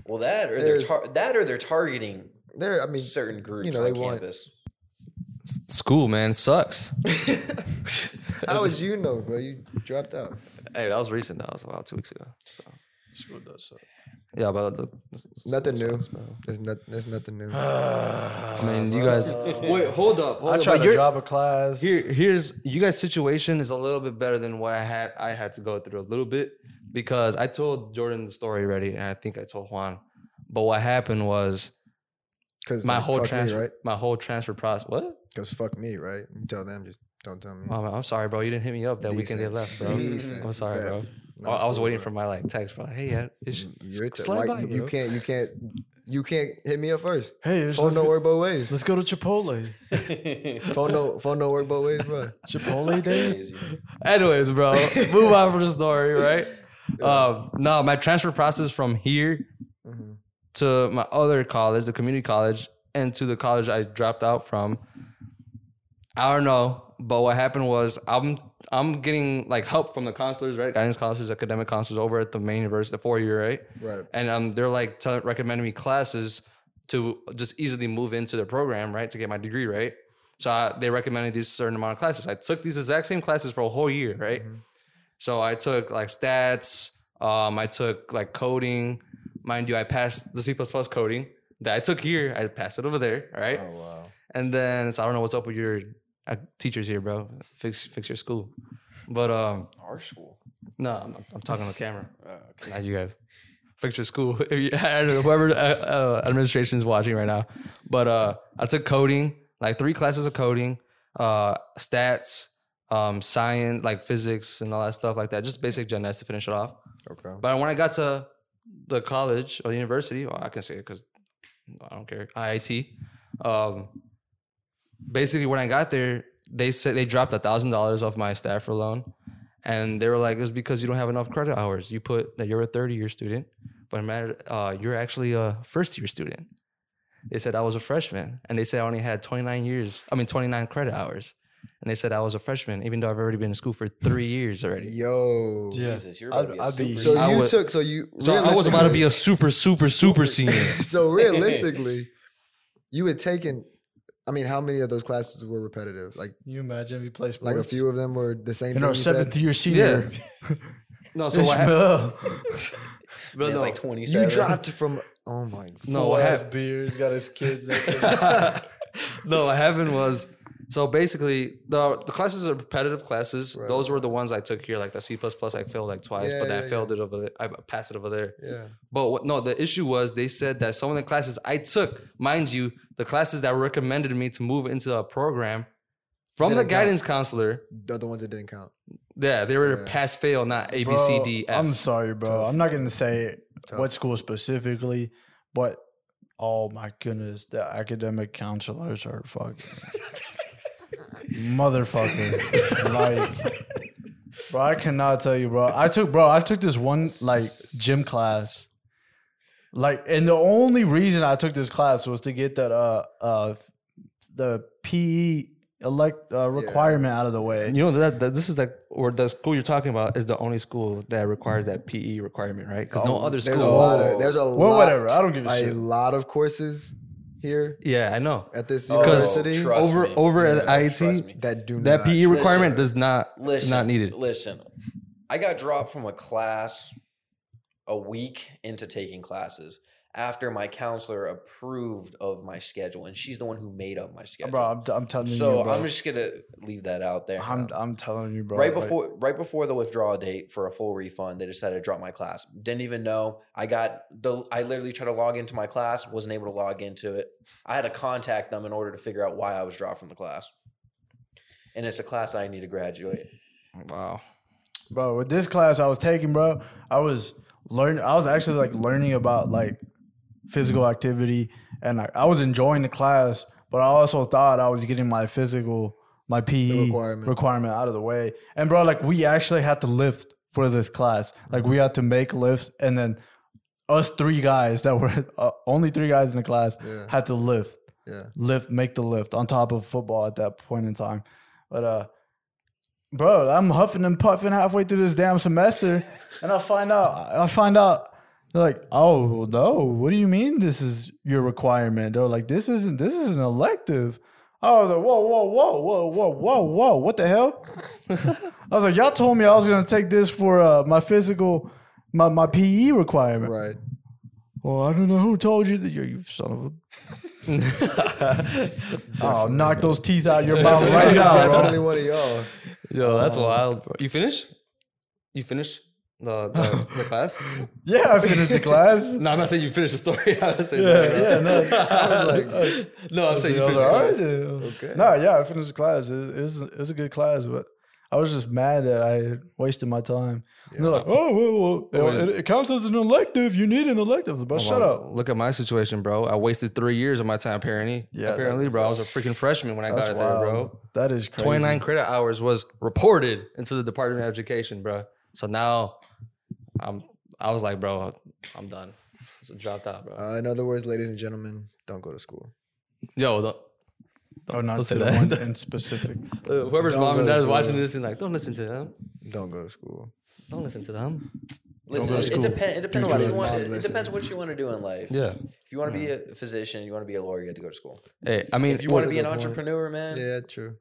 Speaker 1: Well, that or they're
Speaker 3: There's-
Speaker 1: tar- that or they're targeting
Speaker 3: There, I mean,
Speaker 1: certain groups
Speaker 3: know,
Speaker 1: on
Speaker 3: they want-
Speaker 1: campus.
Speaker 5: School, man, sucks.
Speaker 3: how was you know, bro? You dropped out.
Speaker 5: Hey, that was recent. That was about two weeks ago. So.
Speaker 4: School does suck.
Speaker 5: Yeah, about the,
Speaker 3: Nothing new. There's not. There's nothing new.
Speaker 5: I mean, you guys. Wait, hold up. Hold
Speaker 4: I
Speaker 5: up.
Speaker 4: tried
Speaker 5: Like,
Speaker 4: to
Speaker 5: you're-
Speaker 4: drop a class.
Speaker 5: Here, here's you guys' situation is a little bit better than what I had. I had to go through a little bit because I told Jordan the story already, and I think I told Juan. But what happened was
Speaker 3: Because
Speaker 5: my whole
Speaker 3: fuck
Speaker 5: transfer,
Speaker 3: me, right?
Speaker 5: my whole transfer process. What?
Speaker 3: Because fuck me, right? You tell them, just don't tell me.
Speaker 5: Oh, man, I'm sorry, bro. You didn't hit me up that weekend they
Speaker 3: Decent.
Speaker 5: left, bro.
Speaker 3: Decent.
Speaker 5: I'm sorry,
Speaker 3: Bet.
Speaker 5: bro.
Speaker 3: No,
Speaker 5: I-
Speaker 3: it's
Speaker 5: I was
Speaker 3: cool,
Speaker 5: waiting
Speaker 3: bro.
Speaker 5: for my like text, bro. Hey, yeah, it's,
Speaker 3: You're t-
Speaker 5: slide
Speaker 3: like,
Speaker 5: by,
Speaker 3: you
Speaker 5: bro.
Speaker 3: can't. You can't. You can't hit me up first.
Speaker 4: Hey, let's,
Speaker 3: Phone
Speaker 4: let's,
Speaker 3: don't
Speaker 4: go,
Speaker 3: work both ways.
Speaker 4: let's go to Chipotle.
Speaker 3: Phone don't. Phone don't work both ways, bro.
Speaker 4: Chipotle day.
Speaker 1: Crazy.
Speaker 5: Anyways, bro, move on from the story, right? Um, no, my transfer process from here to my other college, the community college, and to the college I dropped out from. I don't know, but what happened was I'm I'm getting like help from the counselors, right? Guidance counselors, academic counselors over at the main university, the four year, right?
Speaker 3: Right.
Speaker 5: And um, they're like tell recommending me classes to just easily move into their program, right, to get my degree, right? So I, they recommended these certain amount of classes. I took these exact same classes for a whole year, right?
Speaker 3: Mm-hmm.
Speaker 5: So I took like stats, um, I took like coding. Mind you, I passed the C coding that I took here. I passed it over there, right?
Speaker 3: Oh wow.
Speaker 5: And then so I don't know what's up with your uh, teachers here, bro. Fix fix your school. But um,
Speaker 1: Our school.
Speaker 5: no, I'm, I'm talking on camera,
Speaker 1: Oh, okay.
Speaker 5: not you guys. Fix your school. If you, I don't know, whoever uh, uh, administration is watching right now. But uh, I took coding, like three classes of coding, uh, stats, um, science, like physics and all that stuff like that. Just basic gen eds to finish it off.
Speaker 3: Okay.
Speaker 5: But when I got to the college or the university, well, I can say it because I don't care. IIT. Um, basically, when I got there, they said they dropped a thousand dollars off my staffer loan, and they were like, "It's because you don't have enough credit hours. You put that you're a third year student, but matter, uh, you're actually a first year student." They said I was a freshman, and they said I only had 29 years. I mean, 29 credit hours, and they said I was a freshman, even though I've already been in school for three years already.
Speaker 3: Yo.
Speaker 1: Jesus, you're
Speaker 4: I'd,
Speaker 1: about
Speaker 4: I'd
Speaker 1: to be
Speaker 4: be.
Speaker 1: a
Speaker 3: So
Speaker 5: I
Speaker 3: you
Speaker 5: would-
Speaker 3: took. So you.
Speaker 5: So I was about to be
Speaker 3: realistically-
Speaker 5: a super, super, super senior.
Speaker 3: So realistically, you had taken. I mean, how many of those classes were repetitive? Like,
Speaker 4: you imagine if you play sports?
Speaker 3: like a few of them were the same.
Speaker 4: In
Speaker 3: thing
Speaker 4: our
Speaker 3: you said?
Speaker 4: seventh year senior.
Speaker 5: No, so what happened?
Speaker 4: Ishmael.
Speaker 5: Bro,
Speaker 1: It's
Speaker 5: no.
Speaker 1: like 27.
Speaker 3: You dropped from. Oh my.
Speaker 5: no,
Speaker 4: Full
Speaker 5: what
Speaker 4: ass
Speaker 5: happened?
Speaker 4: beard. He's got his kids. next to him.
Speaker 5: no, what happened was So basically, the the classes are repetitive classes.
Speaker 3: Right.
Speaker 5: Those were the ones I took here, like the C plus plus. I failed like twice,
Speaker 3: Yeah,
Speaker 5: but I
Speaker 3: yeah,
Speaker 5: failed it over there. I passed it over there.
Speaker 3: Yeah.
Speaker 5: But what, no, the issue was they said that some of the classes I took, mind you, the classes that recommended me to move into a program from
Speaker 3: Didn't
Speaker 5: the
Speaker 3: count.
Speaker 5: guidance counselor,
Speaker 3: The other ones that didn't count.
Speaker 5: yeah, they were
Speaker 3: Yeah.
Speaker 5: pass fail, not A B C D F.
Speaker 4: I'm sorry, bro.
Speaker 3: Tough.
Speaker 4: I'm not gonna say
Speaker 3: Tough.
Speaker 4: what school specifically, but oh my goodness, the academic counselors are fucking motherfucker. like, bro, I cannot tell you, bro. I took, bro, I took this one like gym class. Like, and the only reason I took this class was to get that uh uh the PE elect uh, requirement out of the way.
Speaker 5: And you know that, that this is like, or the school you're talking about is the only school that requires that PE requirement, right? Because
Speaker 1: Oh,
Speaker 5: no other
Speaker 3: There's
Speaker 5: school.
Speaker 3: a lot of there's a
Speaker 4: Well,
Speaker 3: lot,
Speaker 4: whatever. I don't give a shit.
Speaker 3: lot of courses here
Speaker 5: yeah, I know.
Speaker 3: at this
Speaker 1: Oh,
Speaker 3: university
Speaker 1: trust
Speaker 5: Over-
Speaker 1: me.
Speaker 5: over at
Speaker 1: trust
Speaker 5: IIT,
Speaker 1: me.
Speaker 3: that do
Speaker 5: That
Speaker 3: not.
Speaker 4: E
Speaker 5: PE requirement
Speaker 1: Listen.
Speaker 5: does not
Speaker 1: listen,
Speaker 5: not needed.
Speaker 1: Listen, I got dropped from a class a week into taking classes after my counselor approved of my schedule, and she's the one who made up my schedule.
Speaker 4: Bro, I'm, I'm telling
Speaker 1: so
Speaker 4: you, bro.
Speaker 1: I'm just gonna leave that out there.
Speaker 4: I'm, I'm telling you, bro.
Speaker 1: right
Speaker 4: like-
Speaker 1: before right before the withdrawal date for a full refund, they decided to drop my class. Didn't even know. I got the I literally tried to log into my class, wasn't able to log into it. I had to contact them in order to figure out why I was dropped from the class. And it's a class I need to graduate.
Speaker 5: Wow.
Speaker 4: bro with this class i was taking bro i was learning i was actually like learning about like physical activity and like i was enjoying the class but i also thought i was getting my physical my pe
Speaker 3: requirement.
Speaker 4: requirement out of the way and bro like we actually had to lift for this class like we had to make lifts and then us three guys that were uh, only three guys in the class
Speaker 3: Yeah.
Speaker 4: had to lift
Speaker 3: Yeah.
Speaker 4: lift, make the lift on top of football at that point in time. But uh, bro, I'm huffing and puffing halfway through this damn semester, and I find out, I find out, they're like, oh well, no, what do you mean this is your requirement? They're like, this isn't, this is an elective. I was like, whoa, whoa, whoa, whoa, whoa, whoa, whoa, what the hell? I was like, y'all told me I was gonna take this for uh, my physical, my my PE requirement.
Speaker 3: Right.
Speaker 4: Well, I don't know who told you that you're you son of a. I'll knock those teeth out of your mouth right now,
Speaker 3: Definitely
Speaker 4: bro.
Speaker 3: one of y'all.
Speaker 5: Yo, that's wild. Oh, Bro. You finish? You finish the the, the class?
Speaker 4: Yeah, I finished the class.
Speaker 5: No, I'm not saying you finish the story. I'm not saying
Speaker 4: Yeah,
Speaker 5: that.
Speaker 4: yeah, no.
Speaker 5: no, I'm saying you
Speaker 4: uh, I was
Speaker 5: finish. the
Speaker 4: like, all
Speaker 5: class.
Speaker 4: right, then. No, yeah, I finished the class. It, it was it was a good class, but I was just mad that I had wasted my time. And they're like, oh, well, well it, it counts as an elective. You need an elective, but shut
Speaker 5: Well,
Speaker 4: up.
Speaker 5: Look at my situation, bro. I wasted three years of my time apparently.
Speaker 4: Yeah, that
Speaker 5: apparently, bro. I was a freaking freshman when I
Speaker 4: That's
Speaker 5: got it
Speaker 4: wild.
Speaker 5: there, bro.
Speaker 4: That is crazy.
Speaker 5: 29 credit hours was reported into the Department of Education, bro. So now I'm I was like, bro, I'm done. So dropped out, bro.
Speaker 3: Uh, in other words, ladies and gentlemen, don't go to school.
Speaker 5: Yo, the-
Speaker 4: Oh, not
Speaker 5: Don't say
Speaker 4: to the
Speaker 5: that.
Speaker 4: one in specific.
Speaker 5: uh, whoever's
Speaker 3: Don't
Speaker 5: mom
Speaker 3: go
Speaker 5: and
Speaker 3: to
Speaker 5: dad is
Speaker 3: school.
Speaker 5: watching this and like, don't listen to them.
Speaker 3: Don't go to school.
Speaker 5: Don't listen to them.
Speaker 1: Listen,
Speaker 4: go
Speaker 1: it,
Speaker 4: to
Speaker 1: it
Speaker 4: school.
Speaker 1: depends. It depends.
Speaker 3: your
Speaker 1: What you
Speaker 3: own
Speaker 1: want,
Speaker 3: mind,
Speaker 1: it
Speaker 3: listen.
Speaker 1: depends what you want to do in life.
Speaker 5: Yeah.
Speaker 1: If you want to be a physician, you want to be a lawyer, you have to go to school.
Speaker 5: Hey, I mean,
Speaker 1: If you want to
Speaker 5: well,
Speaker 1: be an entrepreneur, man,
Speaker 3: Yeah, true.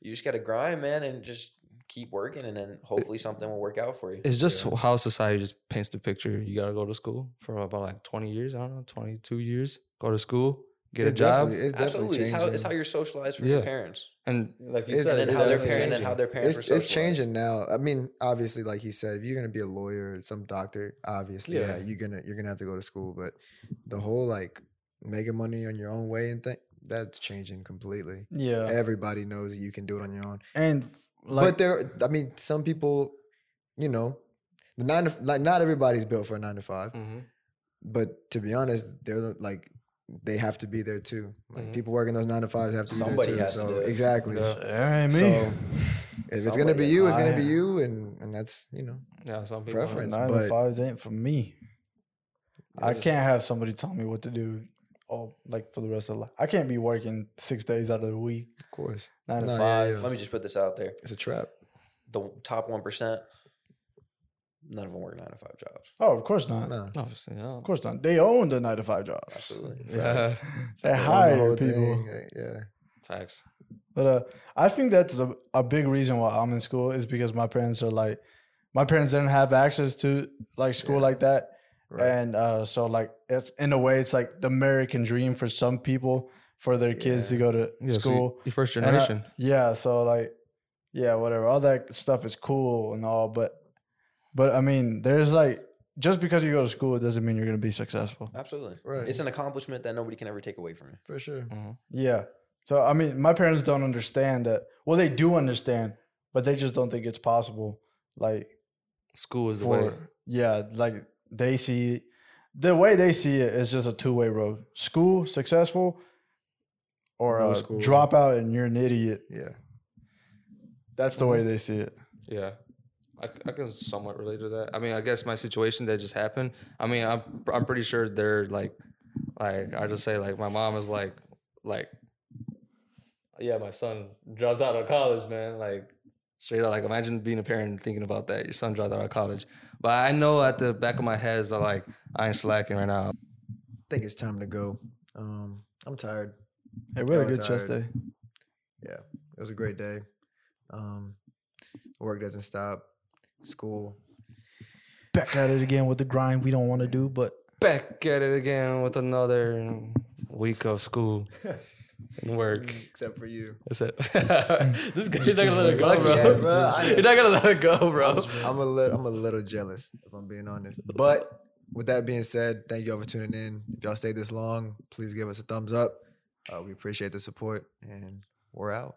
Speaker 1: you just got to grind, man, and just keep working, and then hopefully something will work out for you.
Speaker 5: it's just how society just paints the picture. You gotta go to school for about like 20 years. I don't know, 22 years. Go to school, get
Speaker 3: It's
Speaker 5: a job,
Speaker 3: definitely- it's definitely
Speaker 1: Absolutely, it's how it's how
Speaker 3: changing.
Speaker 1: you're socialized from your
Speaker 5: Yeah.
Speaker 1: parents,
Speaker 5: and like you
Speaker 3: It's-
Speaker 5: said,
Speaker 1: and then
Speaker 5: it's
Speaker 1: how their
Speaker 5: definitely
Speaker 1: parent and
Speaker 5: changing.
Speaker 1: how their parents
Speaker 3: It's,
Speaker 1: were
Speaker 3: it's
Speaker 1: socialized.
Speaker 3: changing now. I mean, obviously, like he said, if you're gonna be a lawyer, or some doctor, obviously, yeah.
Speaker 1: Yeah.
Speaker 3: you're gonna you're gonna have to go to school. But the whole like making money on your own way and thing that's changing completely.
Speaker 4: Yeah,
Speaker 3: Everybody knows that you can do it on your own.
Speaker 4: and like
Speaker 3: but there, I mean, some people, you know, the nine to, like not everybody's built for a nine to 5
Speaker 1: Mm.
Speaker 5: Mhm.
Speaker 3: But to be honest, they're the- like they have to be there too. Like
Speaker 5: Mhm.
Speaker 3: people working those nine to fives have to.
Speaker 1: Mm-hmm. Somebody
Speaker 3: be there
Speaker 1: has
Speaker 3: too,
Speaker 1: to
Speaker 3: so,
Speaker 1: do it.
Speaker 3: Exactly.
Speaker 5: Yeah.
Speaker 4: Hey, me.
Speaker 3: So if it's gonna
Speaker 1: Somebody
Speaker 3: be
Speaker 1: has
Speaker 3: you,
Speaker 1: to
Speaker 3: it's gonna
Speaker 4: do
Speaker 3: be
Speaker 4: it.
Speaker 3: you, and and that's you know
Speaker 5: Yeah, some people.
Speaker 3: Preference.
Speaker 4: Nine
Speaker 3: but-
Speaker 4: to fives ain't for me. I
Speaker 3: that's-
Speaker 4: can't have somebody tell me what to do. All like for the rest of life. I can't be working six days out of the week,
Speaker 3: Of course,
Speaker 4: nine
Speaker 3: No,
Speaker 4: to
Speaker 3: yeah,
Speaker 4: five.
Speaker 1: Let me just put this out there:
Speaker 3: it's a trap.
Speaker 1: the top one percent, none of them work nine to five jobs.
Speaker 4: Oh, of course not.
Speaker 3: No,
Speaker 5: Obviously, yeah.
Speaker 4: Of course not. They own the nine to five jobs.
Speaker 1: Absolutely.
Speaker 5: Yeah.
Speaker 4: They
Speaker 3: I own the
Speaker 4: hire
Speaker 3: whole
Speaker 4: people.
Speaker 3: thing, like, Yeah,
Speaker 5: Facts.
Speaker 4: But uh, I think that's a, a big reason why I'm in school is because my parents are like, my parents didn't have access to like school like that,
Speaker 3: Right.
Speaker 4: and uh, so like it's in a way it's like the American dream for some people. for their kids to
Speaker 3: Yeah.
Speaker 4: go to
Speaker 5: Yeah, so you-
Speaker 4: school.
Speaker 5: you first
Speaker 4: And I-
Speaker 5: generation.
Speaker 4: yeah, so like, yeah, whatever. All that stuff is cool and all, but, but I mean, there's like just because you go to school, it doesn't mean you're gonna be successful.
Speaker 1: Absolutely.
Speaker 3: Right.
Speaker 1: It's an accomplishment that nobody can ever take away from you.
Speaker 3: for sure.
Speaker 5: Mm-hmm.
Speaker 4: Yeah. So I mean, my parents don't understand that. Well, they do understand, but they just don't think it's possible. Like
Speaker 5: School is the way.
Speaker 4: for yeah, like they see the way they see it is just a two way road: school successful, or
Speaker 3: No
Speaker 4: uh,
Speaker 3: school.
Speaker 4: drop out and you're an idiot.
Speaker 3: Yeah.
Speaker 4: That's the
Speaker 3: Mm-hmm.
Speaker 4: way they see it.
Speaker 5: Yeah. I, I can somewhat relate to that. I mean, I guess my situation that just happened. I mean, I'm I'm pretty sure they're like, like I just say like my mom is like, like, yeah, my son dropped out of college, man. Like straight up, like imagine being a parent and thinking about that. Your son dropped out of college, but I know at the back of my head is that, like I ain't slacking right now.
Speaker 3: I think it's time to go. Um, I'm tired.
Speaker 4: Hey, we had a
Speaker 3: Oh,
Speaker 4: good
Speaker 3: it's
Speaker 4: chest day.
Speaker 3: alright. Yeah, it was a great day. Um, work doesn't stop. School.
Speaker 4: Back at it again with the grind we don't want to do, but
Speaker 5: Back at it again with another week of school and work.
Speaker 3: Except for you.
Speaker 5: That's it. this guy's not gonna let it go,
Speaker 3: lucky, yeah,
Speaker 5: bro.
Speaker 3: bro. I-
Speaker 5: You're not gonna let it go, bro.
Speaker 3: I'm a little I'm a little jealous, if I'm being honest. But with that being said, thank y'all for tuning in. If y'all stayed this long, please give us a thumbs up. Uh, we appreciate the support and we're out.